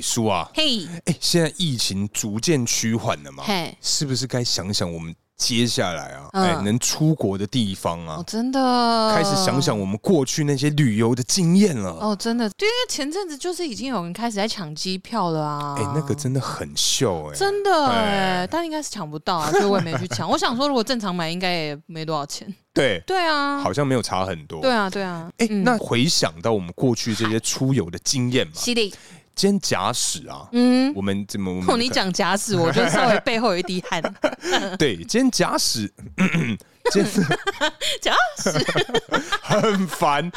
叔啊，嘿，哎、现在疫情逐渐趋缓了嘛，嘿，是不是该想想我们接下来啊，嗯哎、能出国的地方啊哦，，真的，开始想想我们过去那些旅游的经验了。哦，真的，对，因为前阵子就是已经有人开始在抢机票了啊，哎、那个真的很秀哎、真的哎、哎但应该是抢不到啊，所以我也没去 抢。我想说，如果正常买，应该也没多少钱。对，对啊，好像没有差很多。对啊，对啊。哎、那回想到我们过去这些出游的经验嘛，犀利，今天假使啊，嗯，我们怎么我哦，们你讲假死， 我就稍微背后有一滴汗。对，今天假使，今天 假死，很烦。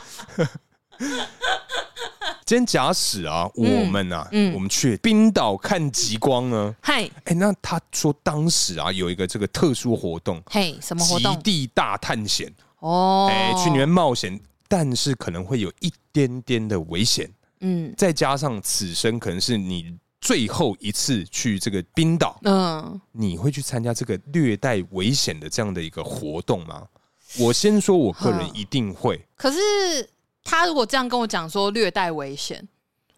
今天假使啊，我们啊，嗯我们去冰岛看极光呢。嗨，哎、那他说当时啊有一个这个特殊活动，嘿，什么活极动？地大探险，哦，哎、去里面冒险，但是可能会有一点点的危险，嗯再加上此生可能是你最后一次去这个冰岛，嗯，你会去参加这个略带危险的这样的一个活动吗？我先说，我个人哼一定会。可是他如果这样跟我讲说略带危险，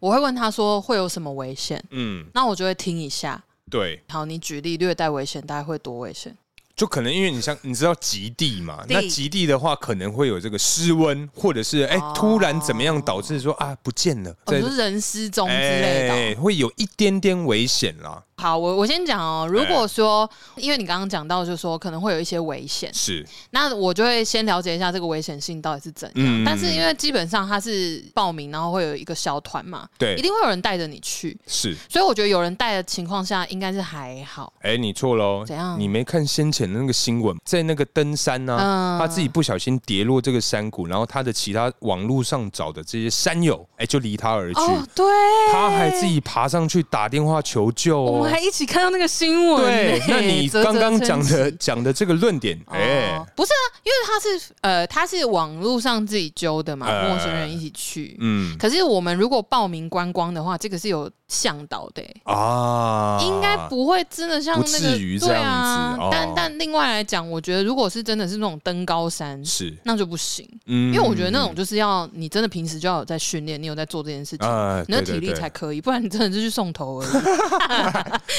我会问他说会有什么危险，嗯，那我就会听一下。对，好，你举例略带危险，大概会多危险？就可能因为你像你知道极地嘛，地那极地的话可能会有这个失温，或者是哎、哦突然怎么样导致说啊不见了，哦，就是人失踪之类的哦。哎会有一点点危险啦。好，我我先讲哦。如果说，因为你刚刚讲到，就是说可能会有一些危险，是，那我就会先了解一下这个危险性到底是怎样。嗯但是因为基本上它是报名，然后会有一个小团嘛，对一定会有人带着你去，是，所以我觉得有人带的情况下，应该是还好。哎、你错喽怎样，你没看先前的那个新闻，在那个登山呢、嗯他自己不小心跌落这个山谷，然后他的其他网络上找的这些山友，哎、就离他而去。哦，对，他还自己爬上去打电话求救、哦，我们还一起看到那个新闻呢。对， 那 你啧啧刚刚称讲奇的讲的这个论点，哦哎、不是啊，因为他是呃，他是网络上自己揪的嘛，呃陌生人一起去。嗯可是我们如果报名观光的话，这个是有向导的欸、啊，应该不会真的像不那至于个这对样啊子哦，但但另外来讲，我觉得如果是真的是那种登高山，是，那就不行，嗯因为我觉得那种就是要你真的平时就要有在训练，你有在做这件事情。啊，你的对体对力对才可以，不然你真的就是去送头而已。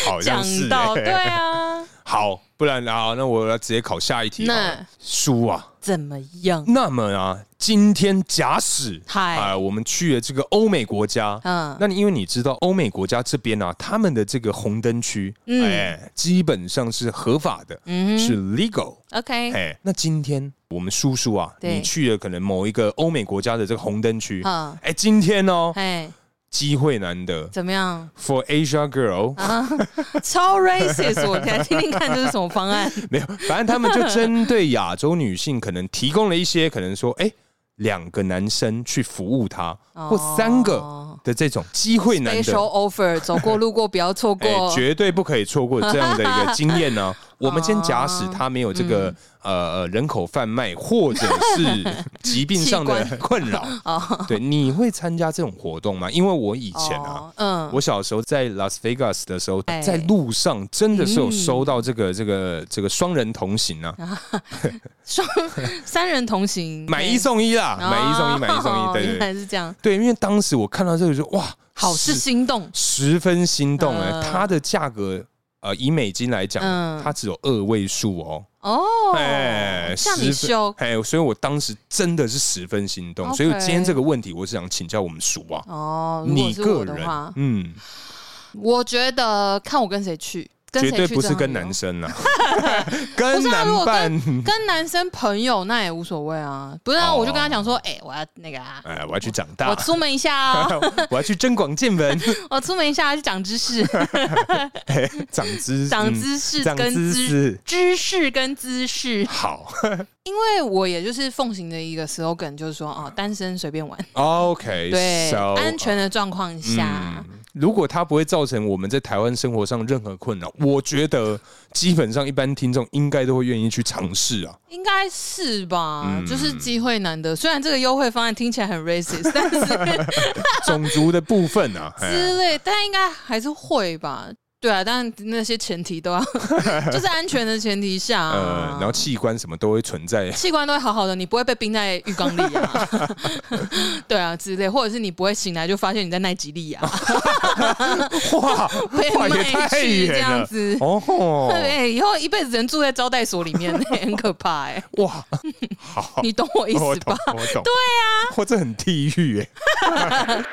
好像讲是到哎对啊， 好，不然啊，那我要直接考下一题好了。那书啊，怎么 样？那么啊，今天假使啊、嗨，我们去了这个欧美国家。嗯，那你因为你知道欧美国家这边啊，他们的这个红灯区，哎、嗯基本上是合法的，嗯是哼 legal。 ，OK，哎，那今天我们叔叔啊，对你去了可能某一个欧美国家的这个红灯区，嗯，哎，今天哦，哎，机会难得怎么样？ ，for Asia girl，啊，超 racist！我来听听看这是什么方案。没有，反正他们就针对亚洲女性，可能提供了一些，可能说，哎，两个男生去服务她，或三个哦的这种机会难 special 得。 offer，走过路过不要错哎、过。绝对不可以错过这样的一个经验 呢、我们今天假使他没有这嗯个、呃人口贩卖或者 是疾病上的器困扰，哦，对，你会参加这种活动吗？因为我以前啊，哦，嗯，我小时候在 Las Vegas 的时候，哎嗯在路上真的是有收到这个、这个这个双人同行啊，双三人同行，买一送一啦，对买一送一，买一送哦一，对原对对来是这样，对，因为当时我看到这个就哇，好事十心动，十分心动哎、嗯它的价格。呃，以美金来讲，嗯它只有二位数哦，哦，哎、像十你分修哎，所以我当时真的是十分心动 OK 所以今天这个问题，我是想请教我们叔啊，哦，如果你是个我的人话，，嗯，我觉得看我跟谁去，跟绝谁对去不这是样跟子男哦生 啊，跟不是啊男如果伴，跟男生朋友那也无所谓啊，不是啊，哦我就跟他讲说，哎，我要那个啊，哎，我要去长我大，出门一下哦， 我要去增广见闻， 我出门一下去长知识，嗯哎长知识长嗯知识长跟知知识，知识跟姿势。好因为我也就是奉行的一个 slogan，就是说哦，单身随便玩， ，OK，对 so，安全的状况下，嗯如果它不会造成我们在台湾生活上任何困扰，我觉得基本上一般听众应该都会愿意去尝试 啊。应该是吧？嗯就是机会难得，虽然这个优惠方案听起来很 racist，但是 种族的部分啊，哎呀之类，但应该还是会吧。对啊，但那些前提都要 就是安全的前提下、呃，啊，然后器官什么都会存 在。器官都会好好的，你不会被冰在浴缸里啊， 对啊之类，或者是你不会醒来就发现你在奈及 利亚哇，啊被哇也卖太去这远样了子。 哦，对，以后一辈子人住在招待所里面， 很可怕哎、哇，好，你懂我意哦我思懂吧？，我懂，对啊，哇，这很地狱哎。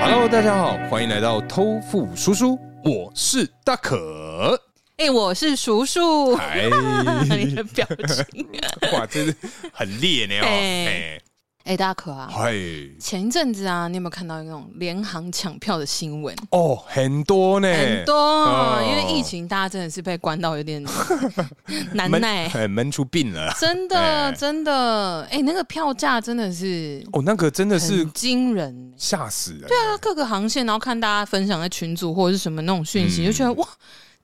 Hello，大家好，欢迎来到偷富叔叔，我是大可。 哎、我是叔叔， 哎，你的表 情。哇，真是很烈呢哦。哎哎，哎、大可啊，嗨，前一阵子啊，你有没有看到那种联行抢票的新闻？哦，很多呢，很多，哦因为疫情，大家真的是被关到有 点难耐，很闷出病了。 真哎的真的，哎、那个票价真的是 哦，那个真的是很惊人。欸吓死人。对啊，那各个航线，然后看大家分享在群组或者是什么那种讯息，嗯就觉得哇，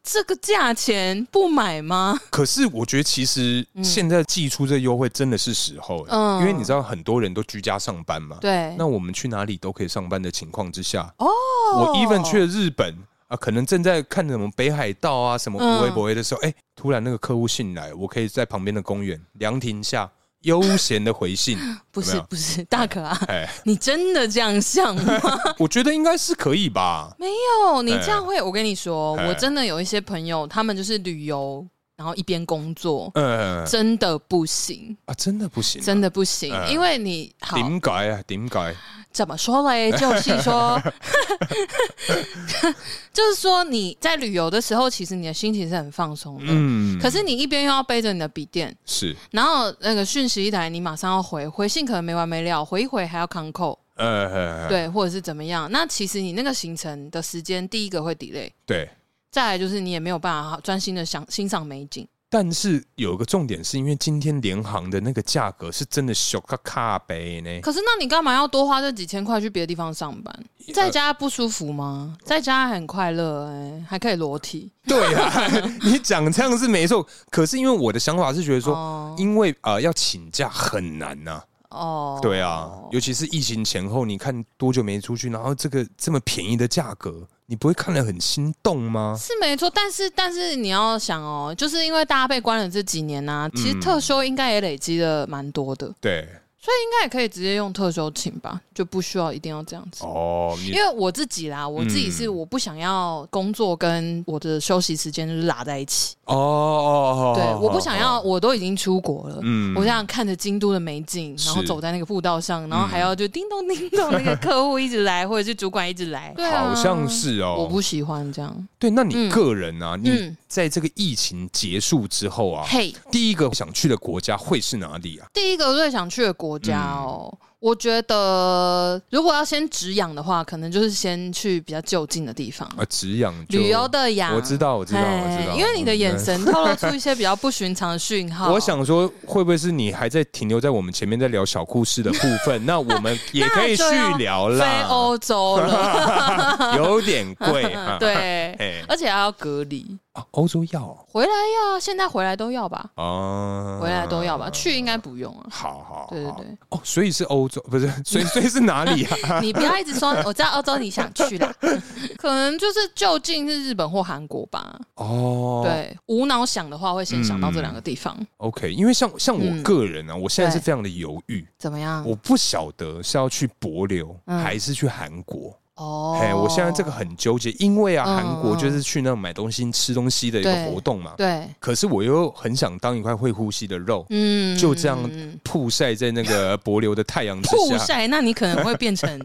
这个价钱不买吗？可是我觉得其实现在寄出这优惠真的是时候，嗯因为你知道很多人都居家上班嘛。对，那我们去哪里都可以上班的情况之下，哦我 even 去了日本啊，可能正在看什么北海道啊什么嗯无微不微的时候，哎、突然那个客户信来，我可以在旁边的公园凉亭下悠闲的回 信，不有没是有不是大可啊，哎，你真的这样像吗？ 我觉得应该是可以吧。没有，你哎这样会，我跟你说，哎我真的有一些朋友，他们就是旅游，然后一边工作，嗯真的不行，啊，真的不行、啊，真的不行，哎因为你好点解啊？点解？怎么说嘞？ 就是说， 就是说你在旅游的时候，其实你的心情是很放松的，嗯，可是你一边又要背着你的笔电，是然后那个讯息一来，你马上要回，回信可能没完没了，回一回还要扛扣，呃，对，或者是怎么样？那其实你那个行程的时间，第一个会 delay，对。再来就是你也没有办法专心的想欣赏美景。但是有个重点是因为今天联航的那个价格是真的小卡卡杯呢， 可是那你干嘛要多花这几千块去别的地方上班？呃在家不舒服吗？在家很快乐哎、还可以裸体对啊，你讲这样是没错。可是因为我的想法是觉得说，哦因为呃要请假很难呐、哦，对啊，尤其是疫情前后，你看多久没出去，然后这个这么便宜的价格，你不会看了很心动吗？是没错，但是但是你要想哦，就是因为大家被关了这几年呐、其实嗯特休应该也累积了蛮多的，对，所以应该也可以直接用特休请吧，就不需要一定要这样子。哦，因你为我自己啦，我自己是嗯我不想要工作跟我的休息时间就是拉在一起，哦哦，哦对，我不想要，，我都已经出国了，嗯我这样看着京都的美景，然后是嗯走在那个步道上，然后还要就叮咚叮咚，那个客户一直来，或者是主管一直来，对啊好像是哦，我不喜欢这样。对，那你嗯个人啊，你嗯在这个疫情结束之后啊，嘿，第一个想去的国家会是哪里啊？第一个最想去的国家嗯哦，我觉得如果要先止痒的话，可能就是先去比较就近的地方，啊，止痒就旅游，的痒。我知道，我知道，我嘿知道，因为你的眼神透露出一些比较不寻常的讯嗯。号。我想说，会不会是你还在停留在我们前面在聊小故事的部 分？那我们也可以续聊飞哦啦，欧洲了， 有点 贵啊。，对，哎，而且还要隔离。啊欧洲药回来要，现在回来都要吧，啊，回来都要吧，去应该不用啊。好好，对对好对，哦，所以是欧洲，不是， 所以所以是哪里 啊？你不要一直说我知道欧洲你想去 啦，可能就是就近是日本或韩国吧。哦，对，无脑想的话会先想到这两个地方， ，OK，因为像像我嗯个人啊，我现在是对非常的犹豫，怎么样？我不晓得是要去帛琉、嗯还是去韩国。哦，哎、我现在这个很纠结，因为啊，嗯韩国就是去那种买东西、吃东西的一个对活动嘛。对，可是我又很想当一块会呼吸的肉，嗯就这样嗯曝晒在那 个帛琉的太阳之曝下，晒，那你可能会 变成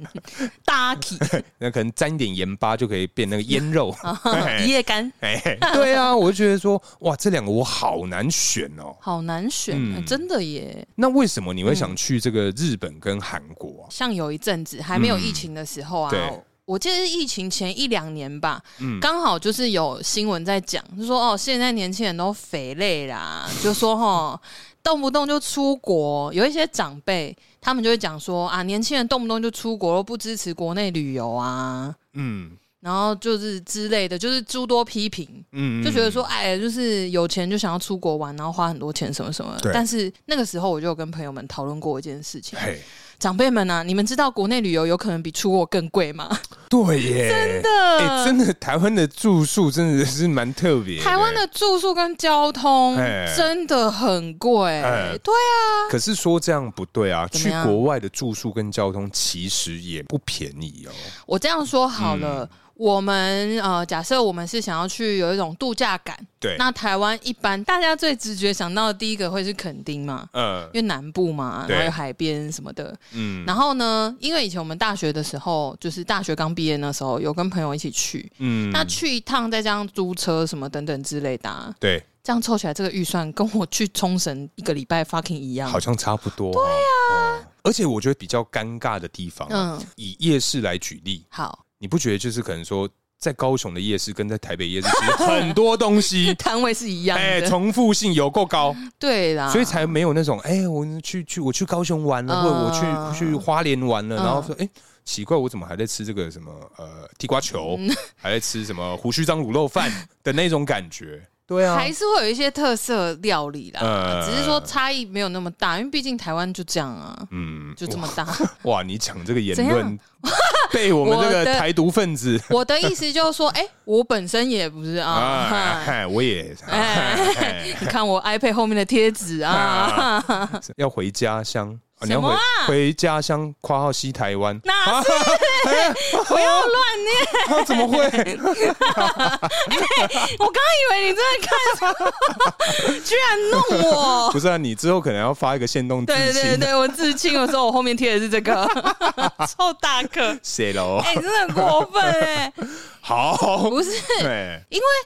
大体那可能沾一点盐巴就可以变那个腌 肉。啊一夜干，哎、对啊，我就觉得说，哇，这两个我好难选哦。好难选，嗯呃真的耶。那为什么你会嗯想去这个日本跟韩国啊？像有一阵子还没有嗯疫情的时候啊，对我记得是疫情前一两年吧，嗯刚好就是有新闻在讲，就说哦，现在年轻人都肥累啦，就说哦，动不动就出国，有一些长辈他们就会讲说啊，年轻人动不动就出国，都不支持国内旅游啊，嗯然后就是之类的，就是诸多批评。嗯，就觉得说，哎，就是有钱就想要出国玩，然后花很多钱什么什么对。但是那个时候我就有跟朋友们讨论过一件事情，嘿，长辈们啊，你们知道国内旅游有可能比出国更贵吗？对耶，真的，哎，真的，台湾的住宿真的是蛮特别，台湾的。啊住宿跟交通哎真的很贵，哎对啊，可是说这样不对啊，怎么去样国外的住宿跟交通其实也不便宜哦。我这样说好了。嗯我们呃，假设我们是想要去有一种度假感，对，那台湾一般大家最直觉想到的第一个会是垦丁嘛，呃因，为南部嘛，对然后有海边什么的。嗯，然后呢，因为以前我们大学的时候，就是大学刚毕业那时候，有跟朋友一起去。嗯，那去一趟，再加上租车什么等等之类的、啊，对，这样凑起来这个预算跟我去冲绳一个礼拜 fucking 一样好。像差不多。对啊、而且我觉得比较尴尬的地方、啊，嗯，以夜市来举例，好，你不觉得就是可能说，在高雄的夜市跟在台北夜市 其实很多东西，摊位是一样哎、的，重复性有够高，对啦，所以才没有那种，哎、我去去我去高雄玩了，嗯或者我去去花莲玩了，嗯然后说，哎、奇怪，我怎么还在吃这个什么呃地瓜球，嗯还在吃什么胡须章卤肉饭的那种感觉？对啊，还是会有一些特色料理啦，呃只是说差异没有那么大，因为毕竟台湾就这样啊，嗯，就这么大。 哇，你讲这个言怎样论 被我们这我个的台独分子我的意思就是说，哎、我本身也不是啊。 啊，哈嗨，我也哎，你看我 iPad 后面的贴纸 啊，哎要回家乡。啊你要什么回啊回家乡（括号西台湾哪是？不要乱念！），他啊怎 么会？我刚刚以为你真的看什么，居 然弄我！不是啊，你之后可能要发一个限动自对对对清，对，我自清的时候，我后面贴的是这 个，臭大个！谁喽？哎、你真的很过分 哎、 好，不是，对，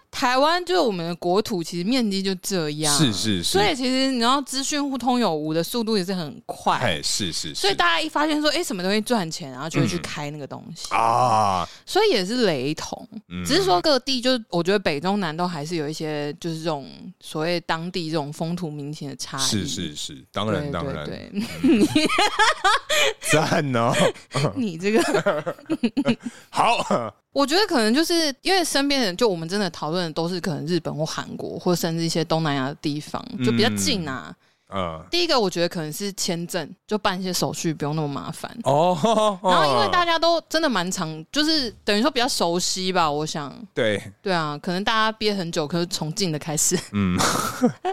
台湾就是我们的国土，其实面积就这样，是是是所，以其实你知道资讯互通有无的速度也是很快，哎，是是所以是大家一发现说，哎、什么东西赚钱，然后就会去开那个东西，啊，所以也是雷同，嗯只是说各地就是我觉得北中南都还是有一些就是这种所谓当地这种风土民情的差异，是是是，当对。然对当然，对，赞 哦，你这个，好，我觉得可能就是因为身边的人，就我们真的讨论的都是可能日本或韩国，或甚至一些东南亚的地方，就比较近啊。嗯，第一个，我觉得可能是签证，就办一些手续不用那么麻烦。哦，然后，因为大家都真的蛮常，就是等于说比较熟悉吧，我想， 对，对啊，可能大家憋很久，可是从近的 开始，嗯，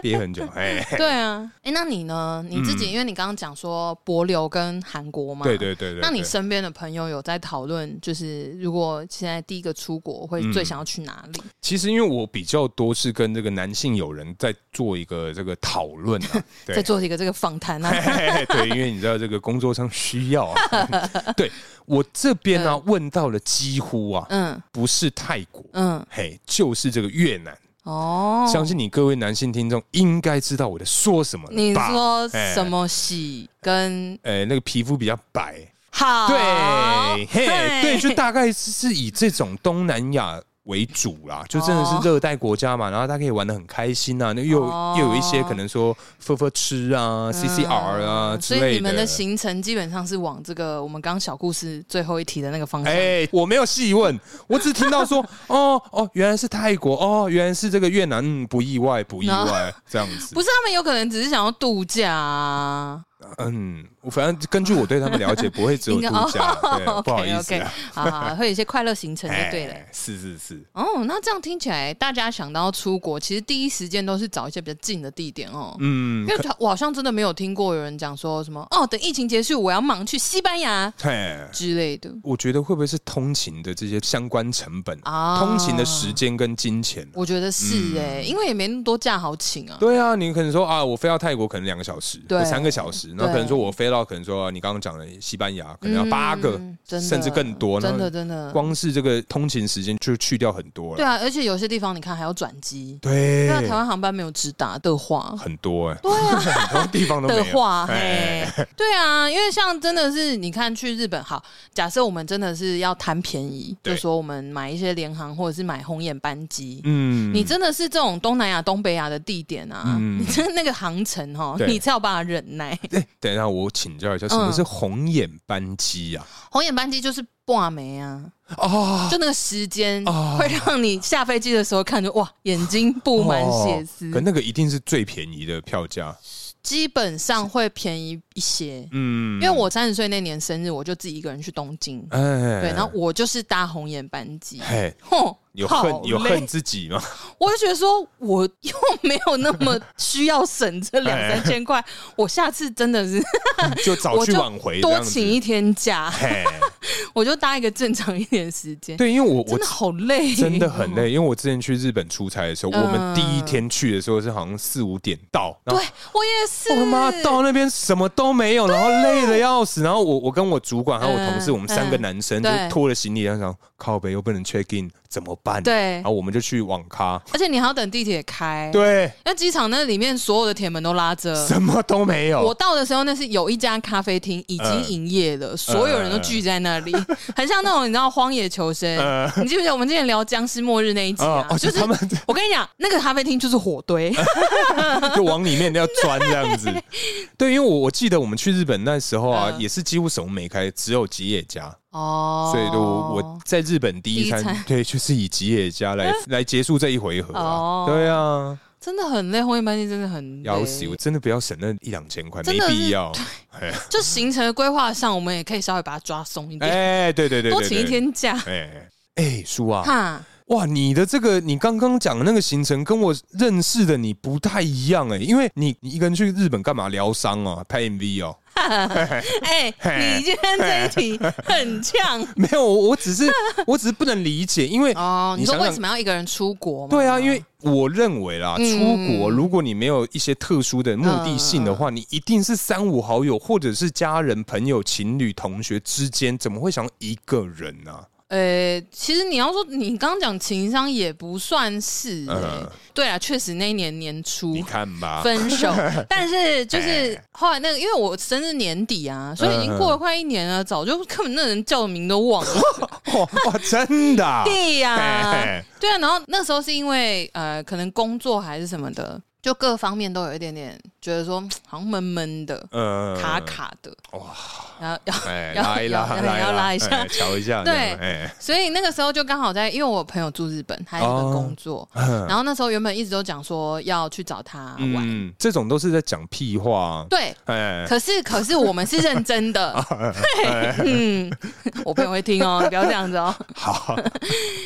憋很久，哎， 对啊。哎、那你呢？你自己，嗯因为你刚刚讲说博流跟韩国嘛，对对对对，那你对身边的朋友有在讨论，就是如果现在第一个出国会嗯最想要去哪里？其实因为我比较多是跟这个男性友人在做一个这个讨论 啊，对再做一个这个访谈啊， 嘿嘿对，因为你知道这个工作上需要 啊。对我这边呢、问到了几乎啊，嗯不是泰国，嗯，嘿，就是这个越南。哦，相信你各位男性听众应该知道我在说什么了你吧？说哎什？么喜跟呃，那个皮肤比较白，好？对，嘿，嘿对，就大概是是以这种东南亚。为主啦，就真的是热带国家嘛，然后大家可以玩的很开心啊，那又、哦嗯又有一些可能说喝喝吃啊、CCR 啊之所类的。以你们的行程基本上是往这个我们刚小故事最后一题的那个方向。哎、我没有细问，我只听到 说，哦哦，原来是泰国，哦，原来是这个越南，嗯，不意外，不意哦外，这样子不。是，他们有可能只是想要度假啊。嗯，我反正根据我对他们了解，不会只有应度该哦假，对， 不好意思、 OK，啊，好好，会有一些快乐行程就对了。哎是是是，哦，那这样听起来，大家想到出国，其实第一时间都是找一些比较近的地点哦。嗯 因，为我好像真的没有听过有人讲说什么哦，等疫情结束，我要忙去西班牙嘿，之类的我觉得会不会是通勤的这些相关成本，啊。通勤的时，嗯间跟金钱？我觉得是哎、因为也没那么多假好请啊。对啊，你可能说啊，我飞到泰国可能两个小时，对或三个小时，然后对可能说我飞到可能说、啊你刚刚讲的西班牙，可能要八个，嗯真的甚至更多，真然后的真的。光是这个通勤时间就去掉很多对了。啊，而且有些地方你看还要转机，对那啊台湾航班没有直达的话。很多哎、对啊， 很多地方都没的有。话，哎嘿，对啊，因为像真的是，你看去日本，好，假设我们真的是要贪便宜，对就说我们买一些联航或者是买红眼班机，嗯你真的是这种东南亚、东北亚的地点啊，嗯你真的那个航程哦，对你才有办法忍耐。哎、哎，等一下，我请教一下，什么嗯是红眼班机啊呀？红眼班机就是挂眉啊，啊，就那个时间啊会让你下飞机的时候看着哇，眼睛布满血丝，哦可那个一定是最便宜的票价。基本上会便宜一些。嗯，因为我三十岁那年生日，我就自己一个人去东京，哎，对，然后我就是搭红眼班 机，嘿，吼，有好恨有累恨自己吗？ 我就觉得说，我又没有那么需要省这 两哎三千块，我下次真的是就早我去就晚回，这多样子请一天假，嘿，我就搭一个正常一点的时间。对，因为我 真我的好哦累，真的很累，因为我之前去日本出差的时候，嗯我们第一天去的时候是好像四五点到，然后对。我也是，我他妈到那边什么都没有，然后累的要死，然后我我跟我主管还有我同事，嗯我们三个男生嗯就对拖着行李，然后想靠北又不能 check in，怎么办？，对然，后我们就去网咖，而且你还要等地铁开，对，那机场那里面所有的铁门都拉着。什么都没呃我有，到的时候，那是有一家咖啡厅已呃经营业了，所有人都聚在 那里，很像那种你知道《荒野求生》呃你记不记得我们之前聊《僵尸末日》那一集啊啊？，哦就就是他们我跟你讲，那个咖啡厅就是火 堆，就往里面要钻这 样子。对，因为我我记得我们去日本那时候啊，嗯也是几乎什么没开，只有吉野家。哦所以就我在日本第一餐，第一餐 对，就是以吉野家 来来结束这一回合、啊。哦对啊，真的很累，红眼班机真的很累要死！我真的不要省那一两千块，真没的是必 要。就行程的规划上，我们也可以稍微把它抓松一点，哎，对对对对，多对请一。天假。哎哎，叔 啊， 哈，哇，你的这个你刚刚讲的那个行程跟我认识的你不太一样哎、因为你你一个人去日本干嘛疗伤哦，拍 MV 哦。 哎、嘿你今天这一题很呛没有，我我只是 我只是不能理解，因为 哦。你说想想为什么要一个人出国吗？对啊，因为我认为啦，嗯出国如果你没有一些特殊的目的性的话，你一定是三五好友或者是家人、朋友、情侣、同学之间，怎么会想一个人啊呢、呃，其实你要说你刚刚讲情商也不算是、欸，嗯对啊，确实那一年年初你看吧，嗯分手，但是就是后来那个，因为我生日年底嗯啊，所以已经过了快一年了，早就根本那人叫的名都 忘了。哇 哇，真的啊、对呀、嘿嘿对啊，然后那时候是因为呃，可能工作还是什么的，就各方面都有一点点觉得说嗯好像闷闷的、嗯卡，卡的，哇，然后要。 哎，要拉一拉，要拉一要拉一下哎瞧一下，对这样哎，所以那个时候就刚好在，因为我朋友住日本，他在日本哦工作，嗯然后那时候原本一直都讲说要去找他玩，嗯，这种都是在讲屁话，对，哎，可是，可是我们是认真的。 嗯，我朋友会听哦，你不要这样 子哦。 好，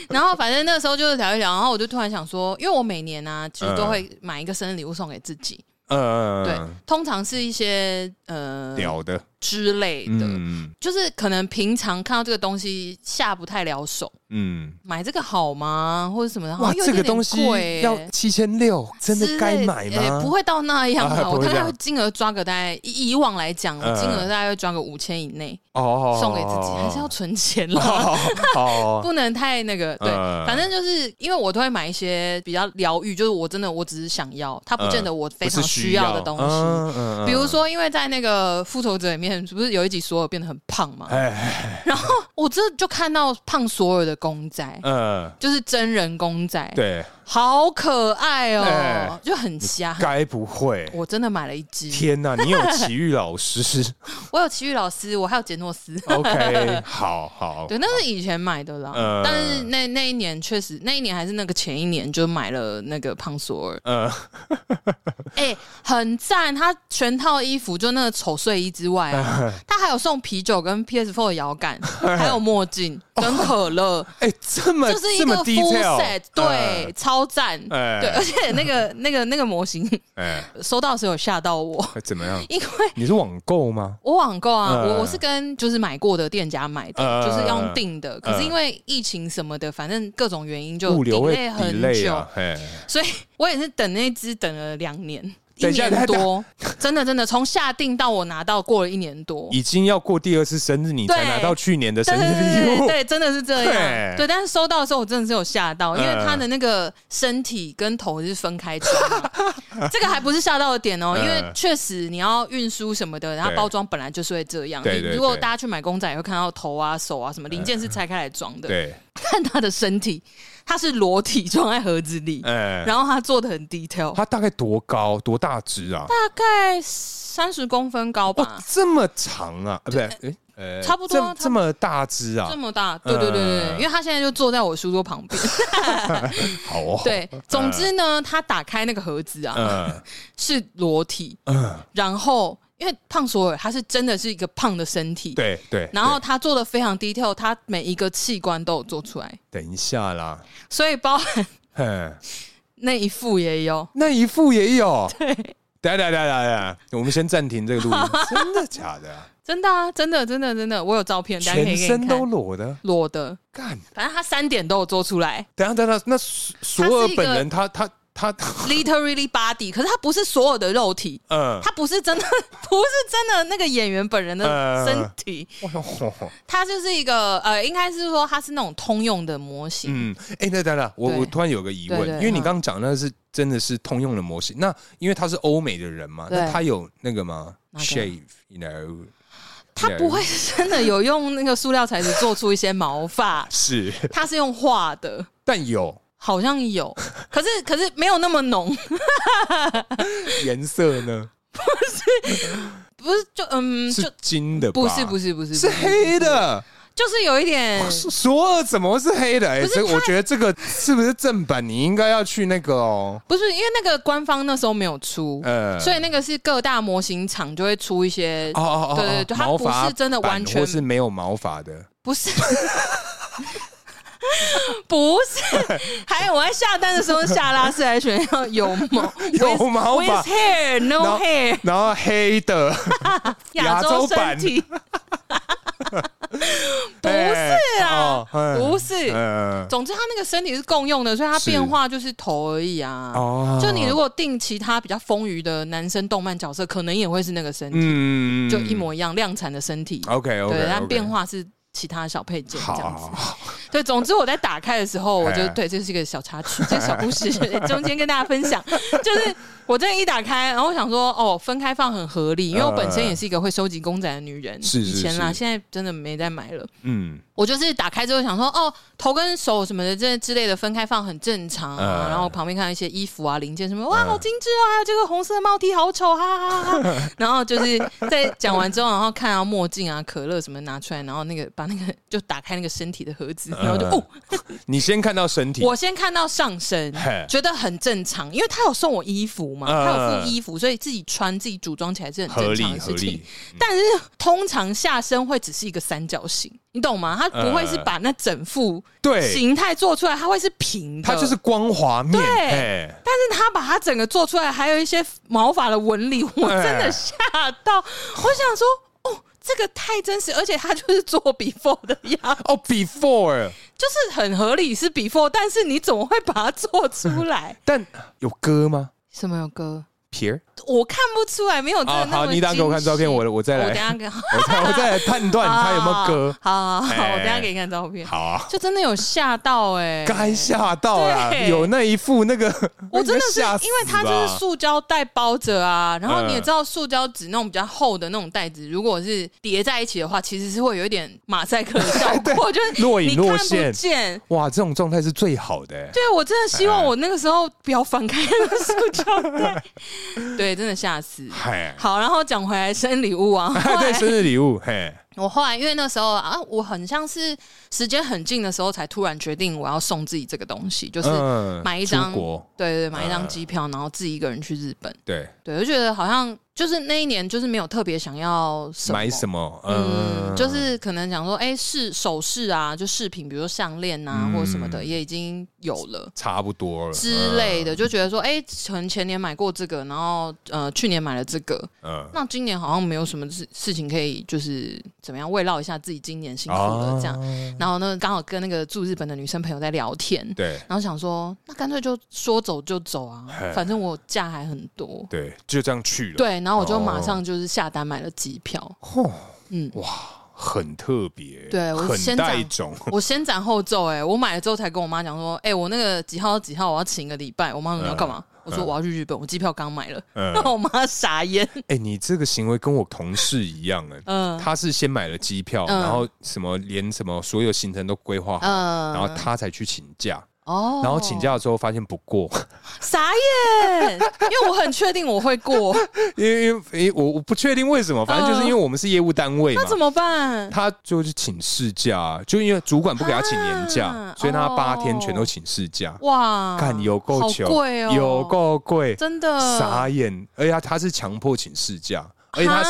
然后反正那时候就是聊一聊，然后我就突然想说，因为我每年呢、其实都会买一个生日礼物送给自己，对嗯，，通常是一些呃屌的，之类的，嗯就是可能平常看到这个东西下不太了手，嗯。买这个好吗，或者什么的，好哇，像有这个点东西贵、要欸七千六，真的之该类买呃吗？不会到那样吧？啊不我会大这概样金额抓个大概以以往来讲，我金额嗯大概会抓个五千以内。哦送给自己，还是要存钱 啦，哦哦， 不能太那个。对，嗯反正就是因为我都会买一些比较疗愈，就是我真的我只是想要，它不见得我非嗯不是常需要的东西。嗯嗯嗯比如说，因为在那个《复仇者》里面，不是有一集索尔变得很胖嘛？哎然后我这就看到胖索尔的公仔，嗯，就是真人公仔，对，好可爱哎哦，就很瞎。该不会？我真的买了一只，天哪，你有奇遇老 师我有奇遇老师，我还有杰诺斯。哦？OK，好好，对，那是以前买的啦，呃但是那那一年确实，那一年还是那个前一年就买了那个胖索尔，呃， 哎、很赞！他全套衣服就那个丑睡衣之外 啊，他还有送啤酒跟 PS4 的摇杆，还有墨镜跟可乐，哎，这么 就是一这么个 full detail， set，对，，超赞。哎对，而且那个那个那个模型哎，收到的时候有吓到我，怎么样？因为你是网购吗？我网购啊，嗯我我是跟就是买过的店家买的，嗯就是用订的。可是嗯因为疫情什么的，反正各种原因就物流会 delay 很 delay 久，啊，哎，所以我也是等那只等了两年。一等一下年多，真的真的，从下定到我拿到过了一年多，已经要过第二次生日，你才对拿到去年的对生日对对礼对物，对，真的是这嘿样。对，但是收到的时候我真的是有吓到，因为嗯他的那个身体跟头是分开装 嘛，这个还不是吓到的点哦，因为嗯确实你要运输什么的，然后对包装本来就是会这样。对你对如果对大家去买公仔，也会看到头啊、手啊什么零件是拆开来装 的，对，看他的身体。它是裸体装在盒子里，哎，然后它做的很 detail，它大概多高多大只啊？大概三十公分高哇吧，，这么长啊？啊，不对，哎，呃差不多啊这这么大只啊这？么大。对对对对对，嗯因为他现在就坐在我书桌旁边。好哦，，对，总之呢，他打开那个盒子啊，嗯是裸体，嗯，然后因为胖索尔他是真的是一个胖的身体，对对。 然后他做的非常 detail，他每一个器官都有做出来，对等一下啦，所以 包含哼，那一副也有。那一副也有。对，等一下等一下等一下等一下，我们先暂停这个录 音，真的假的啊？真的啊，真的，真的，真的，我有照片，大家可全以给身你都看。裸的，裸的，干！反正他三点都有做出来等一下等一下，那索索它尔是一个本人他他他， ，literally body，可是他不是所有的肉体，嗯， 他不是真的，不是真的那个演员本人的呃身体，哇哦他就是一个呃，应该是说他是那种通用的模型，嗯，哎，那等等，我对我突然有个疑问对对，因为你嗯刚刚讲那是真的是通用的模型，那因为他是欧美的人嘛，对那他有那个吗哪个？shave，you know，，他不会真的有用那个塑料材质做出一些毛发 是，他是用画的。但有好像有，可是可是没有那么浓，颜色呢，不是就嗯就是金的吧，不是不是是不是是不黑的，就是有一点索尔怎么会是黑的？哎，不是这个他我觉得这个是不是正版？你应该要去那个哦，不是因为那个官方那时候没有出，呃，所以那个是各大模型厂就会出一些，哦哦哦，对对哦对它毛不是发真的版完全或是没有毛发的，不是。 不是，还有我在下单的时候，下拉是还选要有毛 有毛 with 发 hair 然 no 后 hair 然后黑的，亚亚洲身版体，不哎是啊哦，嗯不是。嗯总之，他那个身体是共用的，所以他是变化就是头而已啊。哦就你如果定其他比较丰腴的男生动漫角色，可能也会是那个身体，嗯就一模一样量产的身体。 OK OK，对，但变化是其他小配件这好样子好。好对，总之我在打开的时候，我就哎对，这是一个小插曲，这是小 故事，中间跟大家分享。就是我这一打开，然后我想说，哦，分开放很合理，因为我本身也是一个会收集公仔的女人，嗯是是以前啦，是现在真的没再买了。嗯我就是打开之后想说，哦，头跟手什么的这之类的分开放很正常啊，嗯然后旁边看到一些衣服啊零件什么，哇，嗯好精致哦，还有这个红色帽 T 好丑，哈哈哈 哈。然后就是在讲完之后，然后看到墨镜啊、可乐什么拿出来，然后那个把那个就打开那个身体的盒子，然后就、嗯哦，你先看到身体，我先看到上身嘿，觉得很正常，因为他有送我衣服嘛，嗯他有附衣服，所以自己穿自己组装起来是很合正理常的合事情理。，嗯但是通常下身会只是一个三角形，你懂吗？它不会是嗯把那整副对，形态做出来，它会是平的。它就是，光滑面，对哎但是它把它整个做出来，还有一些毛发的纹理，我哎真的吓到，我想说。哦，这个太真实，而且它就是做 before 的样，哦，before，？就是很合理是 before，但是你怎么会把它做出来但有歌吗？什么有歌？皮儿我看不出来，没有真的啊，那么、好，你等下给我看照片，我我再来， 我等一下给，好我再我 再来判断它有没有歌。好好好，我等一下哎给你看照片。好啊，就真的有吓到哎、该吓到啦，对有那一副那个，我真 的是吓死因为它就是吧塑胶袋包着啊，然后嗯你也知道塑胶纸那种比较厚的那种袋子，如果是叠在一起的话，其实是会有一点马赛克的 效果，就是若隐你看若不现见。哇，这种状态是最好的、欸。对，我真的希望我那个时候不要翻开那个塑胶袋， 对，真的吓死。 嗨，好，然后讲回来生日礼物啊，后 对，来生日礼物，嘿，我后来因为那时候啊，我很像是时间很近的时候才突然决定我要送自己这个东西，就是嗯买一张出国，对对对，买一张嗯机票，然后自己一个人去日本。对，对，我就觉得好像就是那一年就是没有特别想要什么买什么？嗯，嗯，就是可能讲说，哎、饰首饰啊，就饰品，比如说项链啊、嗯或者什么的，也已经有了。差不多了嗯之类的，就觉得说，哎、可能前年买过这个，然后呃，去年买了这个，嗯，那今年好像没有什么事事情可以，就是怎么样慰劳一下自己今年辛苦了这样。样，然后呢，刚好跟那个住日本的女生朋友在聊天，对然后想说，那干脆就说走就走啊嘿，反正我假还很多。对，哦就这样去了。，对，然后我就马上就是下单买了机票。嚯，嗯，很特别，对我很先带长种，我先斩后奏、哎，我买了之后才跟我妈讲说，哎、我那个几号几号我要请一个礼拜。我妈说你要干嘛？我说我要去日本，我机票刚买了。嗯，那 我妈傻眼，哎，你这个行为跟我同事一样，哎，嗯他是先买了机票，嗯然后什么连什么所有行程都规划好，嗯然后他才去请假。哦然后请假的时候发现不过， 傻眼，因为我很确定我会 过，因为因为因为我我不确定为什么，反正就是因为我们是业务单位嘛嗯那。怎么办？他就是请事假，就因为主管不给他请年假，啊所以他八天哦全都请事假。哇，干有够穷，好贵哦，有够贵，真的傻眼！而且他他是强迫请事假，而且他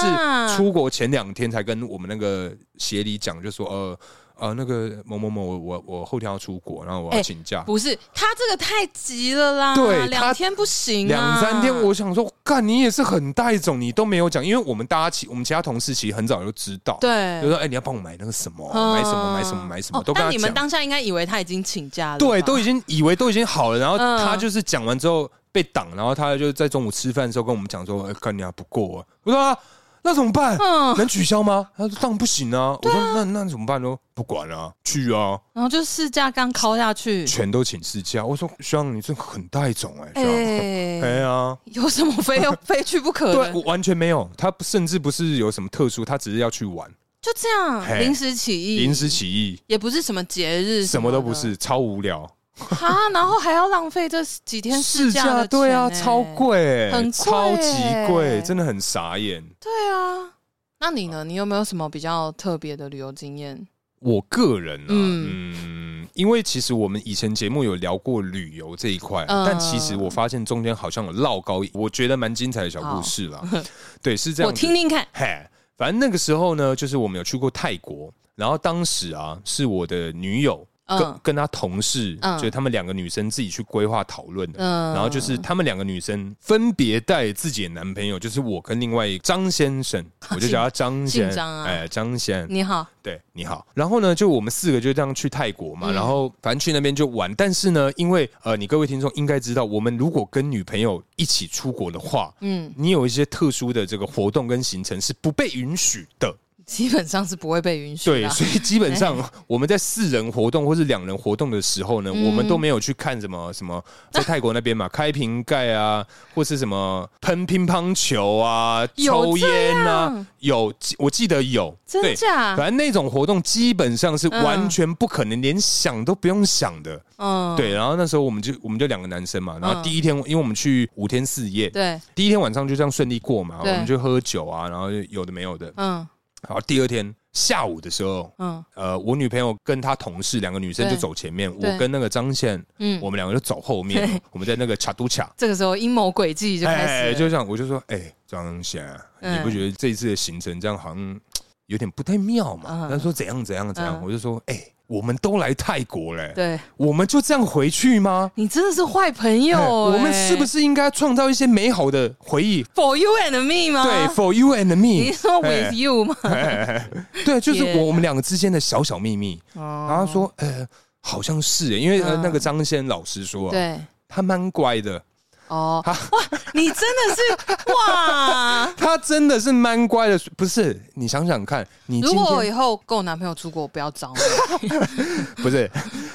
是出国前两天才跟我们那个协理讲，就说呃呃那个某某某，我我我后天要出国，然后我要哎请假。不是他这个太急了啦，对他两天不行、啊，两三天，我想说，干你也是很带种，你都没有讲，因为我们大家其我们其他同事其实很早就知道，，对就说哎、你要帮我买那个什么，嗯买什么，买什么，买什么，哦都跟但他你们讲。当下应该以为他已经请假了吧，对，都已经以为都已经好了，然后嗯他就是讲完之后被挡，然后他就在中午吃饭的时候跟我们讲说：“哎，干你啊，不过啊。”我说、啊：“那怎么办？嗯，能取消吗？”他说：“当然不行啊。”我说：“那那怎么办呢？不管啊，去啊，然后就试驾刚敲 下去，全都请事假。”我说：“兄，你这很带种哎、哎、欸，哎呀、有什么非要 非去不可对，的我？完全没有，他不甚至不是有什么特殊，他只是要去玩，就这样嘿临时起意，临时起意，也不是什么节日，什么都不是，超无聊。哈，然后还要浪费这几天试驾的钱、对啊，哎超，贵欸，很贵超级贵，欸真的很傻眼。对啊。那你呢？你有没有什么比较特别的旅游经验？我个人啊，嗯嗯因为其实我们以前节目有聊过旅游这一块，嗯但其实我发现中间好像有绕高，我觉得蛮精彩的小故事 啦。对，是这嗯我样子。听听看。嘿，反正那个时候呢，就是我们有去过泰国，然后当时啊，是我的女友跟、嗯跟她同事，嗯就是她们两个女生自己去规划讨论的。嗯然后就是她们两个女生分别带自己的男朋友，就是我跟另外一个张先生，我就叫他张姓先张啊哎，张先，你好，嗯对，你好。然后呢，就我们四个就这样去泰国嘛，然后反正去那边就玩。但是呢，因为呃，你各位听众应该知道，我们如果跟女朋友一起出国的话，嗯，你有一些特殊的这个活动跟行程是不被允许的。基本上是不会被允许对，的。所以基本 上我们在四人活动或是两人活动的时候呢，嗯我们都没有去看什么什么，在泰国那边 嘛，开瓶盖啊，或是什么喷乒乓球啊、抽有烟这啊样，有，我记得有，真对。假？反正那种活动基本上是嗯完全不可能，连想都不用想的。嗯，对，然后那时候我们就我们就两个男生嘛，然后嗯第一天因为我们去五天四夜，对，第一天晚上就这样顺利过嘛，我对们就喝酒啊，然后就有的没有的。嗯然后第二天下午的时候，嗯呃，我女朋友跟她同事两个女生对就走前面，对我跟那个张宪，嗯，我们两个就走后面，我们在那个卡都卡。这个时候阴谋诡计就开始哎，了，就这样，我就说，哎，张贤啊，嗯你不觉得这一次的行程这样好像有点不太妙嘛嗯？他说怎样怎样怎样嗯，我就说，哎，我们都来泰国嘞，对我们就这样回去吗？你真的是坏朋友、哎我们哎是不是应该创造一些美好的回忆？ for you and me 吗？对，for you and 啊你 me，说哎 with you 吗？ 对，就是天啊我我们两个之间的小小秘密。然然后他说，呃，好像是，因为呃嗯那个张先老师说啊，对。他蛮乖的，哦，哇！你真的是哇！他真的是蛮乖的，不是？你想想看，你今如果我天以后跟我男朋友出国，不 要找我。不是，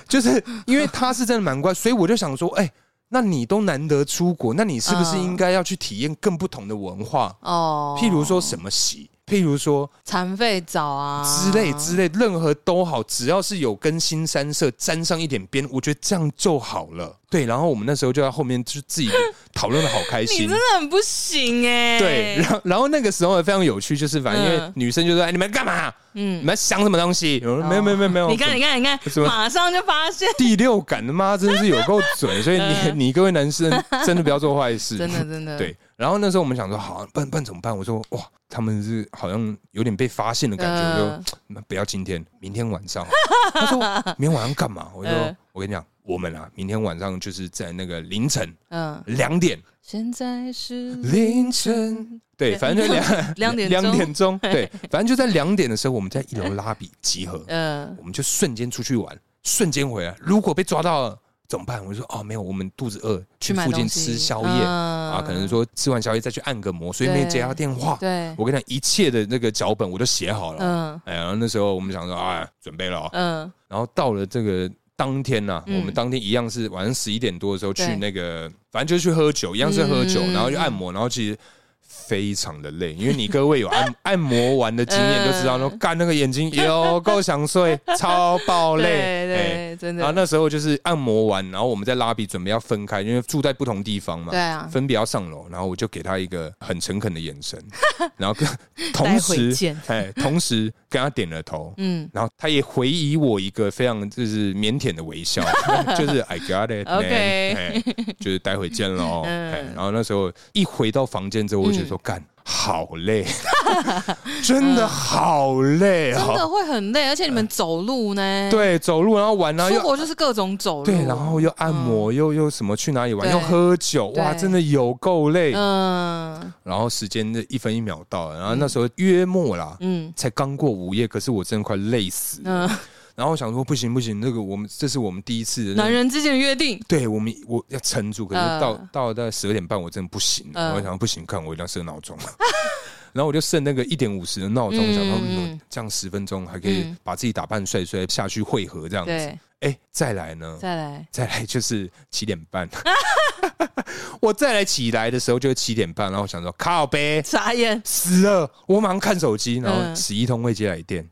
就是因为他是真的蛮乖，所以我就想说，哎、那你都难得出国，那你是不是嗯应该要去体验更不同的文化？哦，譬如说什么喜，譬如说残废澡啊之类之类，任何都好，只要是有跟新三社沾上一点边，我觉得这样就好了。对，然后我们那时候就在后面就自己讨论的好开 你心真。的很不行哎、对，然，后然后那个时候非常有趣，就是反正因为嗯女生就说：“哎，你们干嘛？你嗯，哦们在想什么东西？”我说：“没有，没有，没有，没有。” 你看，你看，你看什，么马上就发现，第六感他妈真是有够准， 所以你你各位男生真的不要做坏事，呃真的，真的，，对。然后那时候我们想说，好，不然不然怎么办？我说哇，他们是好像有点被发现的感觉，我嗯就那不要今天，明天晚上好。他说明天晚上干嘛？ 我就说嗯我跟你讲，我们啊，明天晚上就是在那个凌 晨嗯，两点，现在是 凌晨。对，反正就两两点钟两点钟，对，反正就在两点的时候，我们在一楼拉比集合，嗯，我们就瞬间出去玩，瞬间回来。如果被抓到了怎么办？我就说哦，没有，我们肚子饿，去买附近东西吃宵夜、嗯啊，可能说吃完宵夜再去按个摩，所以没有接到电话。对，我跟你讲，一切的那个脚本我都写好了。嗯哎，然后那时候我们想说，哎，准备了、哦。嗯然后到了这个当天呐、嗯我们当天一样是晚上十一点多的时候去对那个，反正就是去喝酒，一样是喝酒，嗯然后去按摩，然后其实非常的累，因为你各位有 按按摩完的经验就知道，嗯说干那个眼睛有够想睡，超 爆对累，哎对，真然后的，那时候就是按摩完，然后我们在拉比准备要分开，因为住在不同地方嘛，对啊分别要上楼，然后我就给他一个很诚恳的眼 神，然后跟同待会时见，哎，同时跟他点了头，嗯然后他也回以我一个非常就是腼腆的微 笑，就是 I got it, man, OK 哎就是待会见喽。嗯哎然后那时候一回到房间之后，我就说干。好 累，真的好累嗯真的哦。会很累，而且你们走路呢，，对，走路然后玩，然后出又国就是各种走路，嗯对，然后又按摩，又又什么去哪里玩，对又喝酒，哇，对真的有够累。嗯然后时间的一分一秒到了，然后那时候约莫啦，嗯才刚过午夜，可是我真的快累死了。嗯，然后我想说不行不行，那个我们这是我们第一次的那个男人之间的约定，对我们我要撑住，可是嗯到、到大概十二点半我真的不行了，嗯我想不行，看我一定要设闹钟。 然后我就设那个一点五十的闹钟，嗯想说嗯嗯，这样十分钟还可以嗯把自己打扮帅帅下去汇合这样子。对，哎，再来呢？再来， 再来就是七点半。 我再来起来的时候就是七点半，然后我想说靠呗，傻眼死了！我马上看手机，然后嗯十一通未接来电，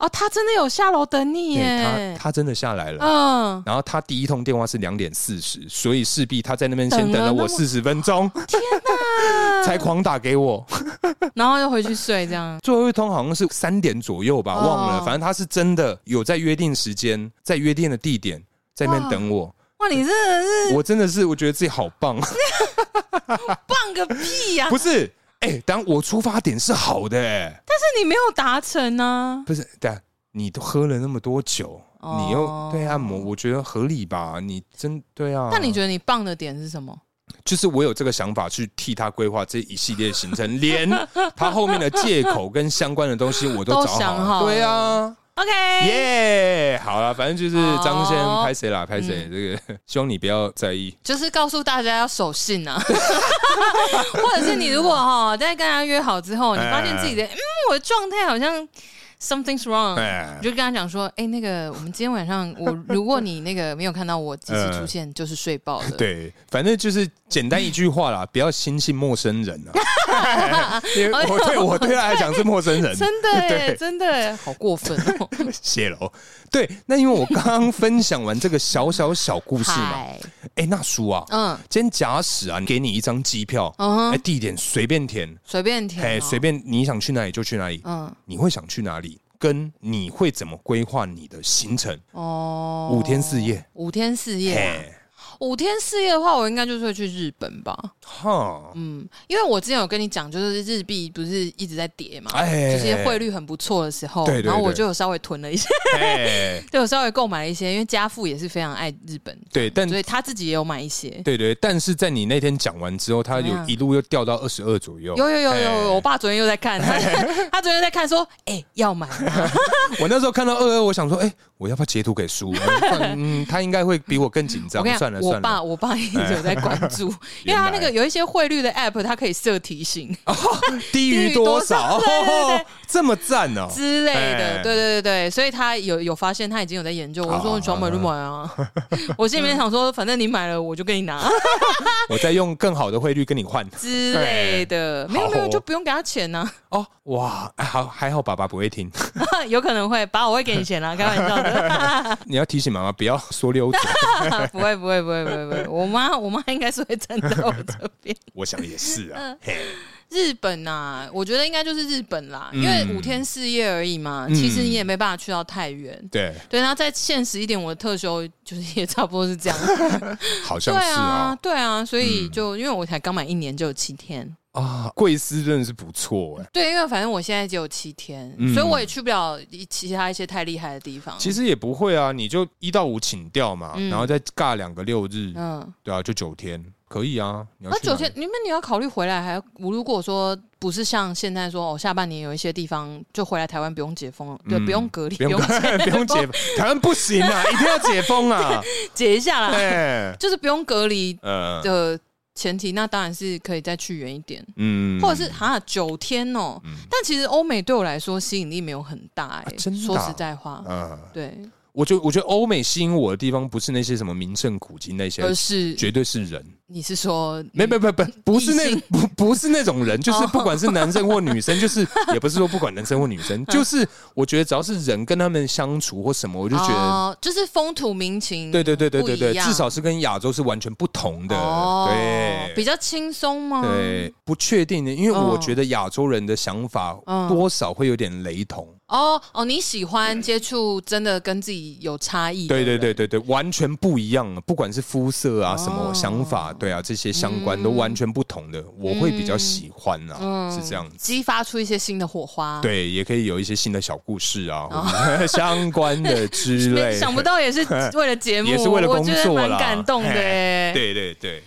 哦，他真的有下楼等你对他耶，他真的下来了。嗯，然后他第一通电话是两点四十，所以势必他在那边先等了等了我那么四十分钟， 才狂打给我。然后就回去睡这样，最后一通好像是三点左右吧，哦忘了，反正他是真的有在约定时间，在约定的地点，在那边哇等我。 哇，你真的是我真的是我觉得自己好棒， 棒个屁呀、不是？哎、当我出发点是好的、哎，但是你没有达成呢、不是？对啊，你都喝了那么多酒，哦你又对按摩，我觉得合理吧？你真对啊？那你觉得你棒的点是什么？就是我有这个想法去替他规划这一系列行程， 连他后面的借口跟相关的东西我都都找好了。想好了哎对啊， OK，、耶、好了，反正就是张先哦拍谁啦，拍谁、这个 希望你不要在意。就是告诉大家要守信 啊，或者是你如果哈、在跟他约好之后，你发现自己的嗯，我的状态好像 something's wrong，哎你就跟他讲说，哎、那个我们今天晚上我如果你那个没有看到我及时出现，就是睡爆了。嗯对，反正就是简单一句话 啦，不要心信陌生人啊，因为我对我对他来讲是陌生人，哎 真的耶，对真的耶，好过分哦！谢喽。对，那因为我刚刚分享完这个小小小故事嘛，嗨，哎、那叔啊，嗯今天假使啊，给你一张机票，哎、嗯哼地点随便填，随便填、哎，哦，随便你想去哪里就去哪里，嗯你会想去哪里，跟你会怎么规划你的行程，哦，五天四夜，五天四夜啊、嘿，五天四夜的话，我应该就是会去日本吧。哈，嗯，因为我之前有跟你讲，就是日币不是一直在跌嘛，哎就是汇率很不错的时候，对对然后我对就有稍微囤了一些， 哎，对我稍微购买了一些，因为家父也是非常爱日本，对，但所以他自己也有买一些。嗯对对，但是在你那天讲完之后，他怎有样一路又掉到二十二左右，有有有哎有，我爸昨天又在看，他他昨天在看说，哎、要买吗？ 我那时候看到二二，我想说，哎，我要不要截图给叔？ 嗯，他应该会比我更紧我张跟，你算讲，了我算爸了，我爸一直有在关注，因为他 那原来个有一些汇率的 app，它可以设提醒。低于于多多少？少对对对 这么赞哦，之类哎的，对对对对，所以他有有发现，他已经有在研究。我说啊你想买就买啊， 我心里面想说，反正你买了我就给你 拿我再用更好的汇率跟你换。之类的，没有好没有哦就不用给他钱啊呐，哦，哇，哎好还好，爸爸不会听。 有可能会把我会给你钱啊 啦，开玩笑的， 你要提醒妈妈不要说溜嘴。不会不会不会不会不会，我妈我妈应该是会站在我这边。 我想也是嗯啊，嘿，日本呐、我觉得应该就是日本啦，因为嗯五天四夜而已嘛，其实你也没办法去到太远。对，对，那再现实一点，我的特休就是也差不多是这样。好像对是啊嗯啊，，对啊，所以就、因为我才刚满一年就有七天，啊，贵司真的是不错哎。对，因为反正我现在只有七天，嗯所以我也去不了一其他一些太厉害的地方。其实，实也不会啊，你就一到五请掉嘛，嗯然后再尬两个六日，嗯，对啊，就九天，可以啊。你要那去哪九里天，你们你要考虑回来还，我如果说不是像现在说哦，下半年有一些地方就回来台湾不用解封了，对，嗯不用隔离，不 用 不用解，台湾不行啊，一定要解封啊，解一 下啦，哎，就是不用隔离呃，的前提，那当然是可以再去远一点，嗯或者是哈九天哦。嗯但其实欧美对我来说吸引力没有很大、哎、真的啊说实在话，啊，对，呃我就我觉得欧美吸引我的地方不是那些什么名胜古迹那些而，是绝对是人，你是说没没没不不是嗯异那性不不是那种 人，就是哦不管是男生或女生， 就是也不是说不管男生或女嗯生，就是我觉得只要是人跟他们相处或什么，我就觉得。哦、就是风土民情，对对对对对不对，一样至少是跟亚洲是完全不同的，哦对，比较轻松吗？对，不确定的，因为我嗯觉得亚洲人的想法嗯多少会有点雷同。哦哦，你喜欢接触真的跟自己有差异？对对，对对对，完全不一样，啊不管是肤色啊、哦嗯什么想法，对啊，这些相关都完全不同的，我会比较喜欢啊，是这样子。激发出一些新的火花。。对，也可以有一些新的小故事啊，或者 相关的之类。哦 想不，到 也是为了节目，也是为了工我作觉啦得蛮感动的耶。对对对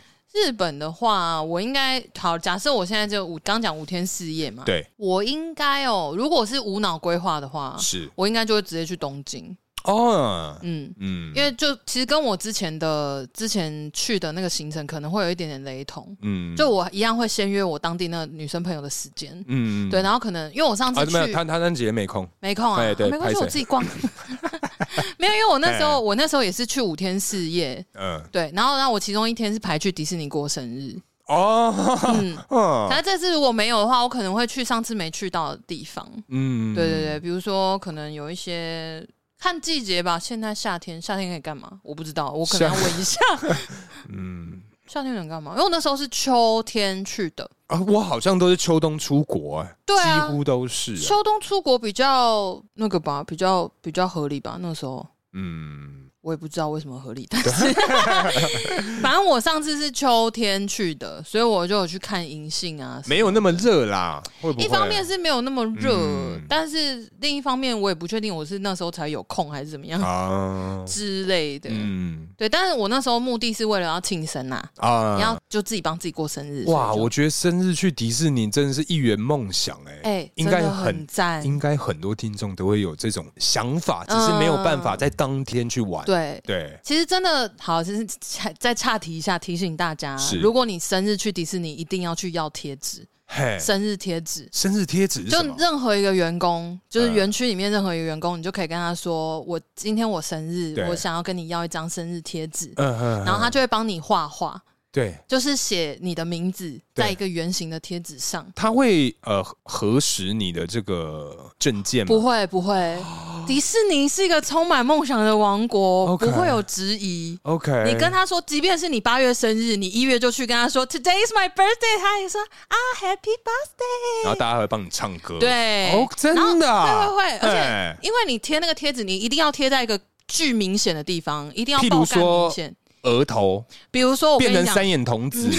日本的话，我应该好，假设我现在就五，刚讲五天四夜嘛，对，我应该哦，如果是无脑规划的话，是我应该就会直接去东京，哦，嗯。嗯因为就其实跟我之前的之前去的那个行程可能会有一点点雷同，嗯就我一样会先约我当地那个女生朋友的时间，嗯对，然后可能因为我上啊次，去、没有，他他那姐没空，没空啊，哎对没关拍系，谁哎我自 己逛。 没有，因为我那时候我那时候也是去五天四夜，嗯对，然后让我其中一天是排去迪士尼过生 日，哦， 嗯，嗯反正这次如果没有的话，我可能会去上次没去到的地方，嗯，对对对，比如说可能有一些。看季节吧，现在夏天，夏天可以干嘛？我不知道，我可能要问一下，嗯。夏天能干嘛？因为我那时候是秋天去的，啊，我好像都是秋冬出国、哎，对啊几乎都是、啊，秋冬出国比较那个吧，比较比较合理吧。那个时候嗯，我也不知道为什么合理，但是 反正我上次是秋天去的，所以我就有去看银杏啊。没有那么热啦，会不会？一方面是没有那么热，嗯但是另一方面我也不确定我是那时候才有空还是怎么样、啊，之类的。嗯对，但是我那时候目的是为了要庆生呐、啊，你要就自己帮自己过生日。哇，所以就我觉得生日去迪士尼真的是一圆梦想、哎、哎、应真该的很很赞，应该很多听众都会有这种想法，只是没有办法在当天去玩，对，对，其实真的好，就是再再岔题一下，提醒大家是，如果你生日去迪士尼，一定要去要贴纸，嘿，生日贴纸。生日贴哎纸是就什么？任何一个员工，就是嗯园区里面任何一个员工，你就可以跟他说：“我今天我生日对，我想要跟你要一张生日贴纸。嗯嗯”然后他就会帮你画画，对。就是写你的名字对在一个圆形的贴纸上。他会呃核实你的这个证件吗？不会，不会，迪士尼是一个充满梦想的王国，哦 OK 不会有质疑。 ，OK，你跟他说，即便是你八月生日，你一月就去跟他说 Today is my birthday，他也说啊 Happy birthday。然后大家还会帮你唱歌，对，哦，真的啊，会会会，而哎且因为你贴那个贴纸，你一定要贴在一个巨明显的地方，一定要譬如爆肝说明显。额头比如说，我跟变你成讲，三眼童 子，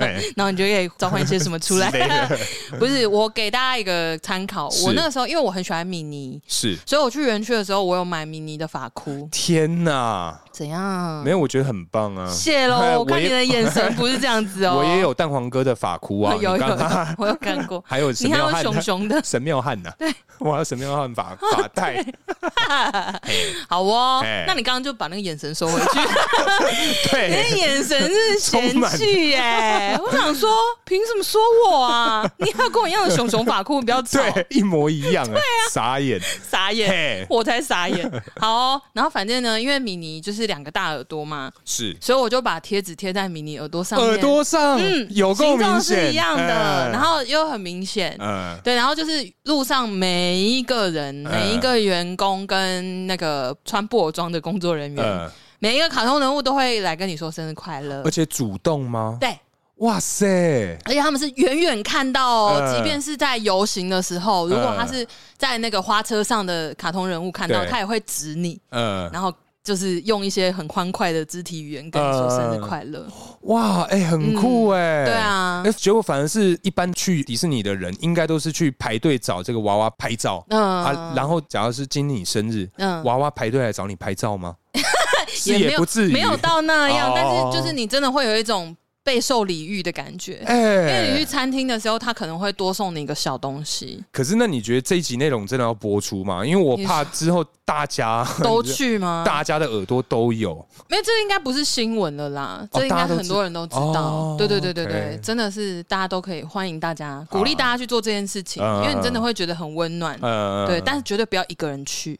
哎然后你就可以召唤一些什么出来之类。 不是，我给大家一个参考。是我那个时候，因为我很喜欢米妮，是所以我去园区的时候，我有买米妮的发箍。天哪，怎样没？有，我觉得很棒啊。嗯谢哎喽！我 我看也你的眼神不是这样子哦。 我也有蛋黄哥的法箍啊， 有有你刚刚。有，我有看过还有神你看庙我汉，熊熊的 神庙汉呐，对，我还有神庙汉法法 带，好哦哎。那你刚刚就把那个眼神收回 去，你对的眼神是嫌弃耶、我想说，凭什么说 我啊？你还有跟我一样的熊熊法裤，你不要吵，对，一模一样啊，傻眼，傻眼，嘿，我才傻眼。好哦、然后反正呢，因为米妮就是两个大耳朵嘛，是所以我就把贴纸贴在米妮耳朵上面，嗯耳朵上有够形明状显是一样的，嗯然后又很明显。嗯对，然后就是路上每一个人、每一个员工跟那个穿布偶装的工作人员，嗯，每一个卡通人物都会来跟你说生日快乐而。且主动吗？对，哇塞，而且他们是远远看到、哦，嗯即便是在游行的时候，如果他是在那个花车上的卡通人物看到，对他也会指你，嗯，然后就是用一些很欢快的肢体语言跟你说生日快乐。哇，哎、很酷哎、对啊那结果反而是一般去迪士尼的人，应该都是去排队找这个娃娃拍照。嗯，啊，然后假如是今年你生日，嗯娃娃排队来找你拍照吗？是也没有不至于，没有到那样，哦但是就是你真的会有一种备受礼遇的感觉。因为哎、你去餐厅的时候，他可能会多送你一个小东西，可是那你觉得这一集内容真的要播出吗？因为我怕之后大家都，去吗？大家的耳朵都有，没有，这应该不是新闻了啦，这应哦大该家都很多人都知知道哦。对对对对 OK 对，真的是大家都可以欢迎大家，鼓励大家去做这件事情，嗯因为你真的会觉得很温暖。呃，对，但是绝对不要一个人 去，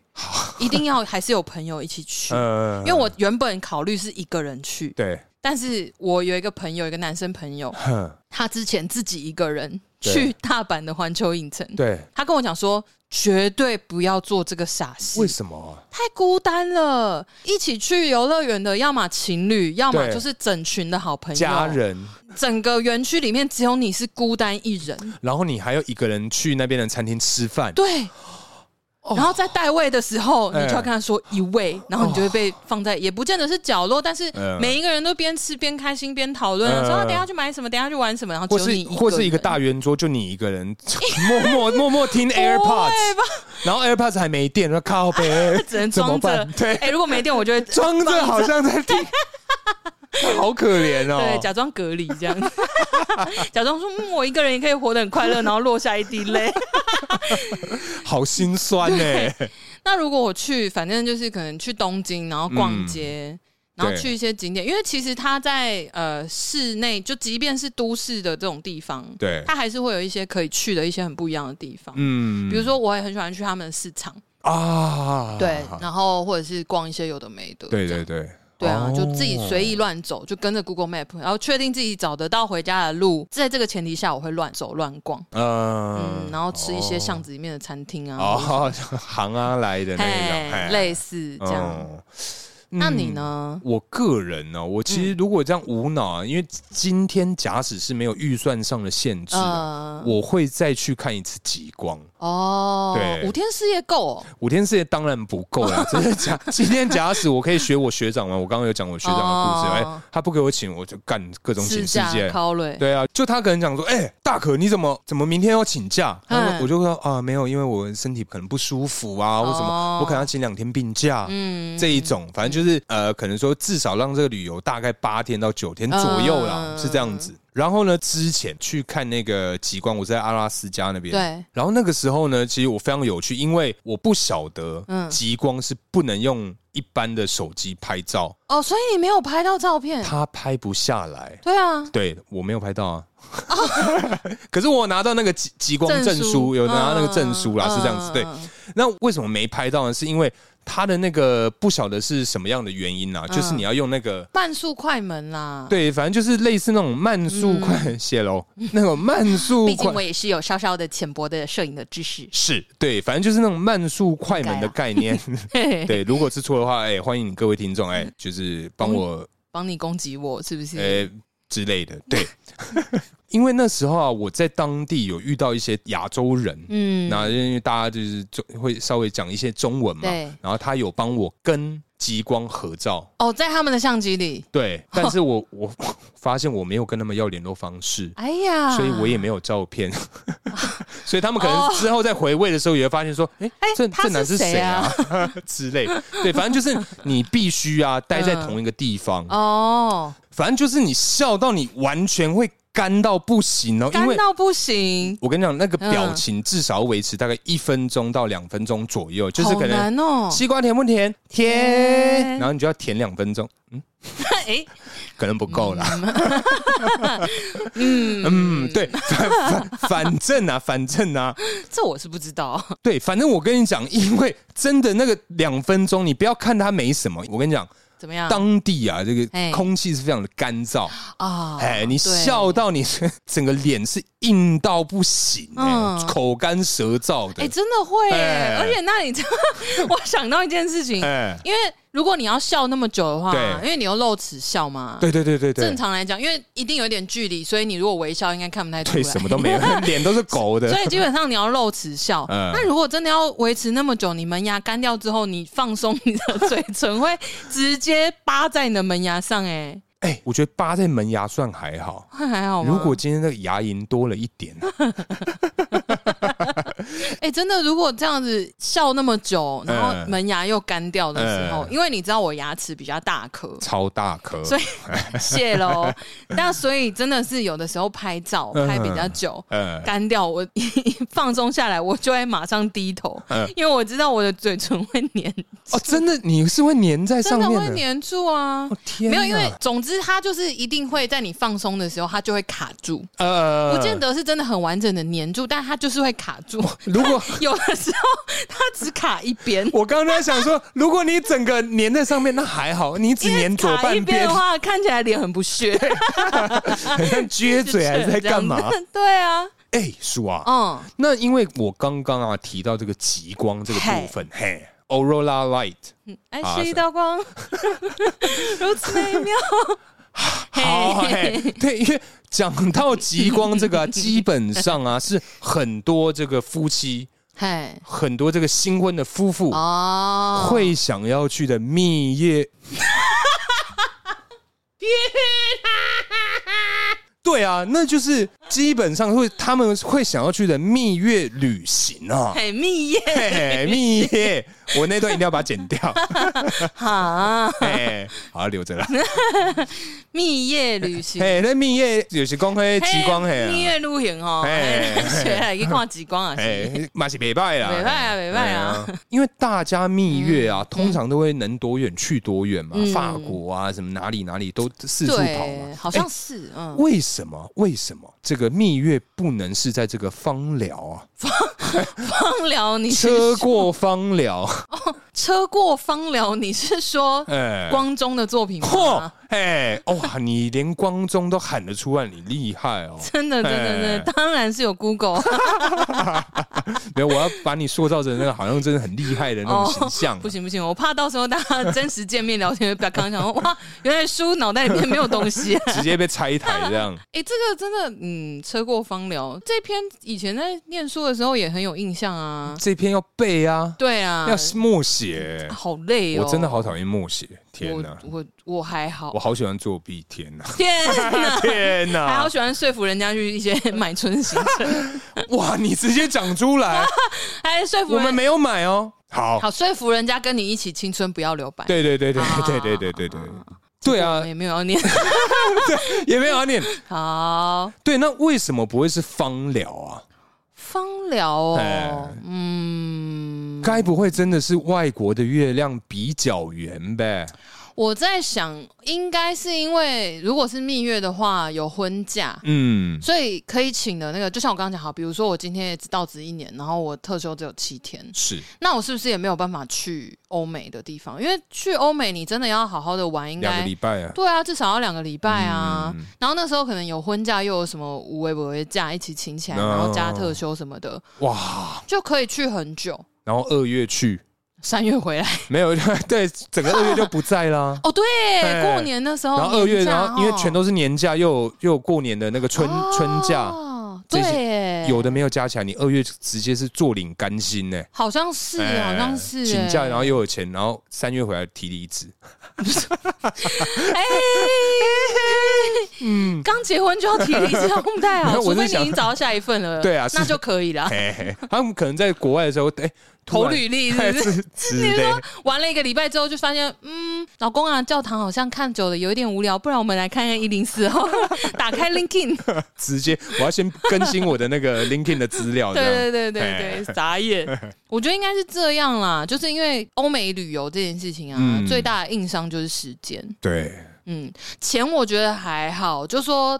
一定要还是有朋友一起去。呃因为我原本考虑是一个人去，对但是我有一个朋友，一个男生朋友，哼，他之前自己一个人对去大阪的环球影城，对，他跟我讲说，绝对不要做这个傻事为，什么啊？太孤单了。一起去游乐园的，要么情侣，要么对就是整群的好朋友，家。人，整个园区里面只有你是孤单一人，然后你还要一个人去那边的餐厅吃饭，对。然后在带位的时候，哦哎哦你就要跟他说一位，然后你就会被放在，也不见得是角落，但是嗯每一个人都边吃边开心边讨论啊，嗯说啊等一下去买什么，等一下去玩什么，然后或只有是你一或是一个人大圆桌，就你一个人 默默默默 听 AirPods，然后 AirPods 还没电，说靠北只能，怎么装着办？。对，哎，如果没 电，我就会装着好像在 听，好可怜对哦。假装隔离这样， 假装说嗯我一个人也可以活得很快乐，然后落下一滴泪。好心酸欸呢、 那如果我去，反正就是可能去东京，然后逛街，嗯然后去一些景点，因为其实它在呃室内，就即便是都市的这种地方，对，它还是会有一些可以去的一些很不一样的地方。嗯比如说，我也很喜欢去他们的市场，啊，对，然后或者是逛一些有的没的，对对这样对，哦对啊，就自己意。随意乱走，就跟着 Google Map，然后确定自己找得到回家的路，在这个前提下，我会乱走乱逛，嗯嗯，然后吃一些巷子子里面的餐厅啊，或者哦， 行啊来的那种，嘿嘿，类似这样。嗯那你？呢？嗯我个人呢、我其实如果这样无脑、啊，因为今天假使是没有预算上的限制啊、呃，我会再去看一次极光。哦，对五天四夜够哦，五天四夜当然不够啊 啦，真的假？今天假使我可以学我学长嘛，我刚刚有讲我学长的故事，哎、哦他不给我请，我就干各种请世驾界。考累，对啊，就他可能讲说，哎、大可你怎么怎么明天要请假？他说嗯我就说啊，没有，因为我身体可能不舒服啊，或什么，哦我可能要请两天病假。嗯啊这一种，反正就是呃，可能说至少让这个旅游大概八天到九天左右啦，嗯是这样子。然后呢，之前去看那个极光，我在阿拉斯加那边。。对，然后那个时候呢，其实我非常有趣，因为我不晓得嗯极光是不能用一般的手机拍照，哦，所以你没有拍到照片，它拍不下来。对啊，对我没有拍到啊， 可是我拿到那个极极光证书，有拿到那个证书啦，是这样子。对，嗯那为什么没拍到呢？是因为它的那个不晓得是什么样的原因啦，嗯就是你要用那个。半速快门啦，，对，反正就是类似那种慢速快泄露，那种慢速嗯毕竟我快，也是有稍稍的浅薄的摄影的知识是对，反正就是那种慢速快门的啊概 念。嘿对，如果是错的话，哎、欢迎各位听众，哎、嗯就是帮我，帮你攻击我是不是？哎、之类的。对， 因为那时候啊，我在当地有遇到一些亚洲人，嗯，那因为大家就是中会稍微讲一些中文嘛对，然后他有帮我跟极光合照。哦，在他们的相机里，对，但是我 我我发现我没有跟他们要联络方式，哎呀，所以我也没有照 片，所以他们可能之后在回味的时候也会发现说，哎、这哦他这男是是谁谁啊 之类。对，反正就是你必须 啊待在同一个地方，嗯哦，反正就是你笑到你完全会干到不行哦，因干为。到嗯不行，我跟你讲，那个表情至少要维持大概一分钟到两分钟左右，就是好可能难哦， 西瓜甜不甜？甜甜，然后你就要甜两分钟，哎，可能不够啦。 嗯对，反反反正啊，反正啊，这我是不知道， 对，反正我跟你讲，因为真的那个两分钟，你不要看它没什么。我跟你讲，怎么样？当地啊，这哎个空气是非常的干燥，啊，哎，你对笑到你整个脸是硬到不行，哎嗯，口干舌燥哎、的，真的会耶、哎而且那 你知道，我想到一件事情，哎，因为如果你要笑那么久的话，对因为你又露齿笑嘛，对对对对对正，常来讲，因为一定有一点距离，所以你如果微笑，应该看不太出对，来，什么都没 有，脸都是狗的啊所。以基本上你要露齿笑。 嗯那如果真的要维持那么久，你门牙干掉之后，你放松你的嘴唇，会直接扒在你的门牙上、哎、我觉得扒在门牙算还好。哎，会还好吗？如果今天那个牙龈多了一 点，哎、真的，如果这样子笑那么久，然后嗯门牙又干掉的时候，嗯因为你知道我牙齿比较大颗，超大颗，所以 谢喽。那所以真的是有的时候拍照嗯拍比较久， 呃，干掉我一放松下来，我就会马上低头嗯，因为我知道我的嘴唇会粘，哦，真的你是会粘在真上的面会的，粘住啊哦。天没哪，有，因为总之它就是一定会在你放松的时候，它就会卡住，呃，不见。得是真的很完整的粘住，但它就是会卡住。如果。有的时候它只卡一边我刚刚在想说，如果你整个粘在上面，那还好，你只粘左卡一半边边 的，话，看起来脸很 不屑，好像撅嘴还是在干嘛 这样？子？对啊，哎，叔啊，嗯，那因为我刚刚啊提到这个极光这个部分，嘿，aurora light，爱啊是是一道光， 如此美妙。 好，嘿 嘿，对，因为讲到极光这个啊、基本上啊是很多这个夫妻，嘿，很多这个新婚的夫妇哦，会想要去的蜜 月。啊对啊，那就是基本上会他们会想要去的蜜月旅行啊。嘿蜜耶，嘿嘿，蜜月，我那段一定要把它剪掉。 哈，哎，好留 着啦。蜜夜旅行，哎，那蜜月有时光黑极光黑蜜啊，夜露营哦，嘿学来去看极光啊，是哎，嘛是北拜啦，袂歹啊嘿袂歹啊嘿。哎因为大家蜜月啊，通常都会能多远去多远嘛嗯，法国啊，什么哪里哪里都四处跑对，嘛。哎好像是，嗯，为什么？为什么这个蜜月不能是在这个芳疗啊？芳疗你是车过芳疗，车过芳疗，你是说哎，光中的作品嚯吗？，哎，哇，你连光中都喊得出来，你厉害 哦！真的，真的，真的，哎当然是有 Google， 没有，我要把你塑造成那个好像真的很厉害的那种形象啊哦不。行不行，我怕到时候 大家真实见面聊天会比较刚想说，哇，原来书脑袋里面没有东西、 直接被拆台这样。哎、这个真的，嗯，车过芳疗这篇以前在念书的时候也很有印象啊。这篇要背啊，对啊，要默写、好累哦，我真的好啊讨厌默写，天哪！我我我还好我，好喜欢作弊，天哪！天 哪，天还哪好！喜欢说服人家去一些买春 行程，哇，你直接讲出来，还哎说服我人们没有买哦。好，好说服人家跟你一起青春不要留白。对对对对啊对对对对对，对我啊们，也没有要念 也没有要念。好对，那为什么不会是芳疗啊？芳疗哦哎，嗯，该不会真的是外国的月亮比较圆呗？我在想，应该是因为如果是蜜月的话，有婚假，嗯，所以可以请的那个，就像我刚刚讲，好，比如说我今天也只到职一年，然后我特休只有七天，是那我是不是也没有办法去欧美的地方？因为去欧美你真的要好好的玩，应两个该礼拜啊。对啊，至少要两个礼拜啊。嗯然后那时候可能有婚假，又有什么无为不为假一起请起来，哦然后加特休什么的，哇，就可以去很久。然后二月去，三月回来没有 对，整个二月就不在啦。哦，对，对过年的时候，然后二月，哦年假然后因为全哦都是年假，又有又有过年的那个春、春假，哦这些对，有的没有加起来，你二月直接是坐领干薪呢、好像是，哎好像是请假，然后哎又有钱，然后三月回来提离职，哎， 嗯，刚结婚就要提离职，好像不太没好，有啊除我是非你已想经找到下一份 了，对啊是那就可以了。嘿嘿哎他们可能在国外的时候，哎、突投然哎履历是不是？之之类， 玩了一个礼拜之后，就发现，嗯，老公啊，教堂好像看久了有一点无聊，不然我们来看看一零四哦。 打开 LinkedIn，直接我要先更新我的那 个 LinkedIn 的资料，这样对对对对对，眨眼。 我觉得应该是这样啦，就是因为欧美旅游这件事情啊，嗯最大的硬伤就是时间。对，嗯，钱我觉得还好，就说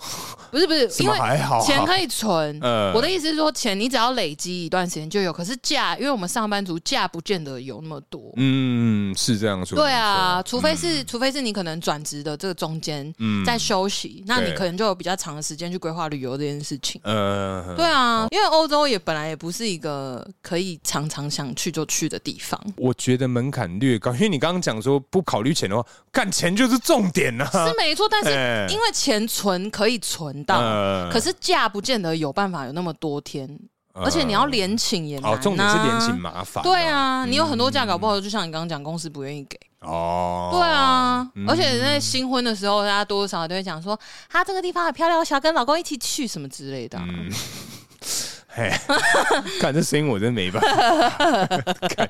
不是不是，什因么为还好、啊，钱可以存。呃我的意思是说，钱你只要累积一段时间就有，可是假，因为我们上班族假不见得有那么多。嗯是这样说，对啊，没错除非是、除非是你可能转职的这个中间嗯在休息，那你对可能就有比较长的时间去规划旅游这件事情。呃，对啊，因为欧洲也本来也不是一个可以常常想去就去的 地方，我觉得门槛略高，因为你刚刚讲说不考虑钱的话，干钱就是重点呐、啊是。没错。但是哎因为啊钱存可以存到，呃可是假不见得有办法有那么多天，而且你要连请也难、啊。嗯哦，重点是连请？嗯麻烦、哦对，啊，你有很多假搞不好，就像你刚刚讲，公司不愿意给。哦，对，啊，嗯而且在新婚的时候，大家多多少少都会讲说，她这个地方很漂亮，我想要跟老公一起去什么之类的啊、嗯，嘿， 看这声音我真没办法， 干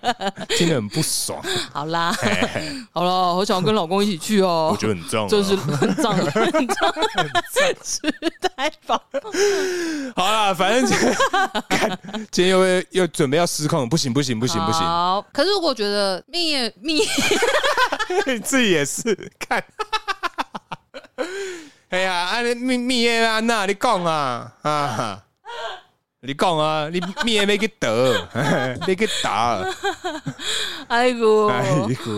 听得很不爽，好啦，嘿嘿 好了，我想要跟老公一起去我哦。觉得很重、啊。真是很脏，很脏，痴呆吧？好啦，反正今 天干今天又被又准备要失控了，不行不行不不行不行，好，可是我觉得蜜月蜜 月自己也是看。 哎呀，啊，你蜜蜜月啊，那你讲啊啊，你讲啊，你灭没给 得，没给打，哎呦，哎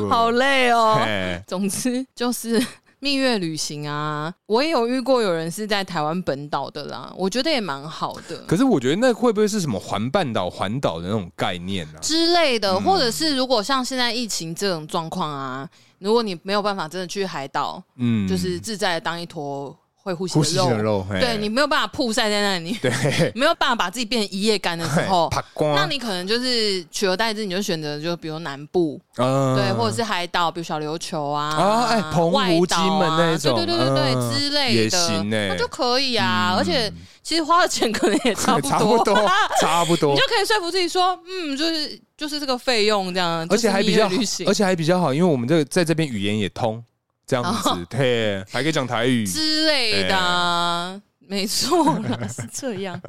好累哦。哎，总之就是蜜月旅行啊，我也有遇过有人是在台湾本岛的啦，我觉得也蛮好的可是我觉得那会不会是什么环半岛、环岛的那种概念呢、啊？之类的，或者是如果像现在疫情这种状况啊，如果你没有办法真的去海岛，嗯，就是自在的当一坨会呼吸呼吸的的肉，肉，嘿对你没有办法曝晒在那里，对，没有办法把自己变成一夜干的时 候。怕光，那你可能就是取而代之，你就选择就比如南部，嗯对，或者是海岛，比如小琉球啊，啊哎澎湖外岛啊金门那一种对对对对对、嗯之类的，也行欸嗯那就可以啊。而且其实花的钱可能也差 不 差不多差不你多就，可以说服自己说，嗯，就是就是这个费用这样，而且还比较就是蜜月旅行而且还比较好，因为我们这个在这边语言也通，这样哦子，对，还可以讲台语。之类的哎啊、没错啦，是这 样。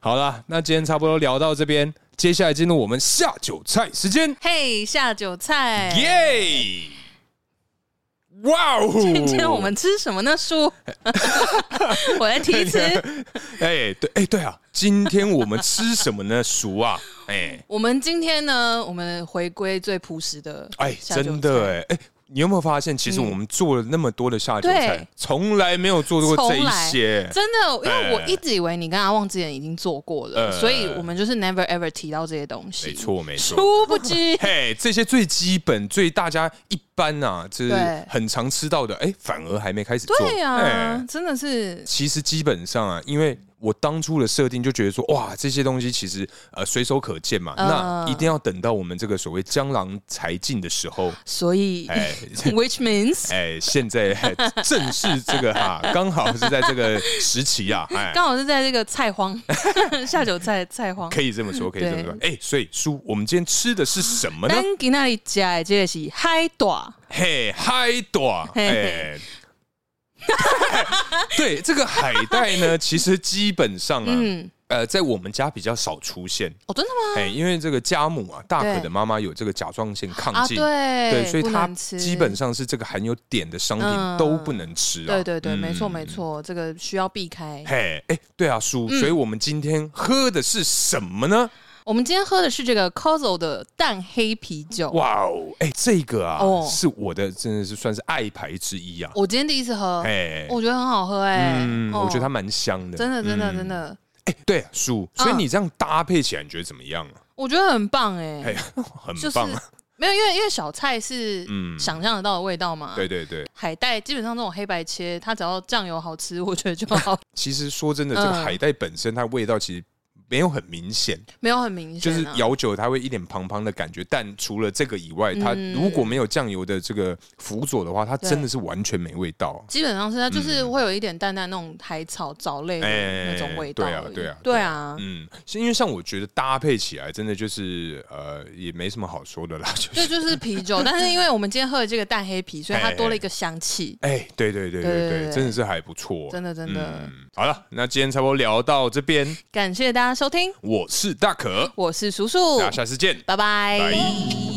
好了，那今天差不多聊到这边，接下来进入我们下酒菜时间，嘿、下酒菜耶！哇哦！今天我们吃什么呢？叔， 我来提词。哎对哎对啊，今天我们吃什么呢？熟 啊，哎我们今天呢，我们回归最朴实的哎，下酒菜真的哎哎。你有没有发现，其实我们做了那么多的下酒菜嗯对，从来没有做过这一些。真的，因哎为我一直以为你跟阿旺之前已经做过了，呃所以我们就是 never ever 提到这些东西。没，错，没错。殊不知嘿，这些最基本、最大家一般呐、啊，就是对很常吃到的，哎、反而还没开始做。对啊呀、嘿真的是其实基本上啊，因为我当初的设定就觉得说，哇，这些东西其实呃随手可见嘛，嗯那一定要等到我们这个所谓江郎才尽的时候，所以、 哎 w h i c h means 哎，现 在嘿正是这个哈、刚好是在这个时期啊，哎。刚好是在这个 菜荒下酒菜菜荒。可以这么嗯说，可以这么说。哎、所以叔，我们今天吃的是什么呢？咱今那里吃的这个是海带，嘿，海带，哎嘿， 对，这个海带 呢，其实基本上啊，嗯，呃，在我们家比较少出现，哦，真的吗？哎，因为这个家母啊，大可对的妈妈有这个甲状腺亢啊，进。对，对，所以不它能吃基本上是这个含有碘的商品嗯都不能吃啊。对对对，嗯没错没。错，这个需要避开。嘿，哎，对啊，叔，嗯所以我们今天喝的是什么呢？我们今天喝的是这个 c o z o 的淡黑啤酒，哇哦，哎，这个啊哦，是我的真的是算是爱牌之一啊。我今天第一次喝，哎，我觉得很好喝哎、嗯，哦我觉得它蛮香的，真的真的嗯真。的，嗯哎，对，叔，所以你这样搭配起来，你觉得怎么样啊？我觉得很棒哎、哎，很就是棒啊。没有，因为因为小菜是嗯想象得到的味道嘛。对对对，海带基本上这种黑白切，它只要酱油好吃， 我觉得就 好，其实说真的，这个嗯海带本身它味道其实没有很明显，没有很明就显、是啊。咬久它会一点胖胖的感觉。但除了这个以外，它嗯如果没有酱油的这个辅佐的话，它对真的是完全没味道。基本上是它就是会有一点淡淡那种海草藻类的那种味道嗯哎而已、对啊对啊对 啊，嗯，是因为像我觉得搭配起来真的就是呃也没什么好说的啦， 就这是就是 啤酒，但是因为我们今天喝的这个淡黑啤，所以它多了一个香气。哎，对对对对对对对，对真的是还不错，真的真的嗯，好了，那今天差不多聊到这边，感谢大家收听，我是大可，我是叔叔哦大，家下次见，拜拜拜。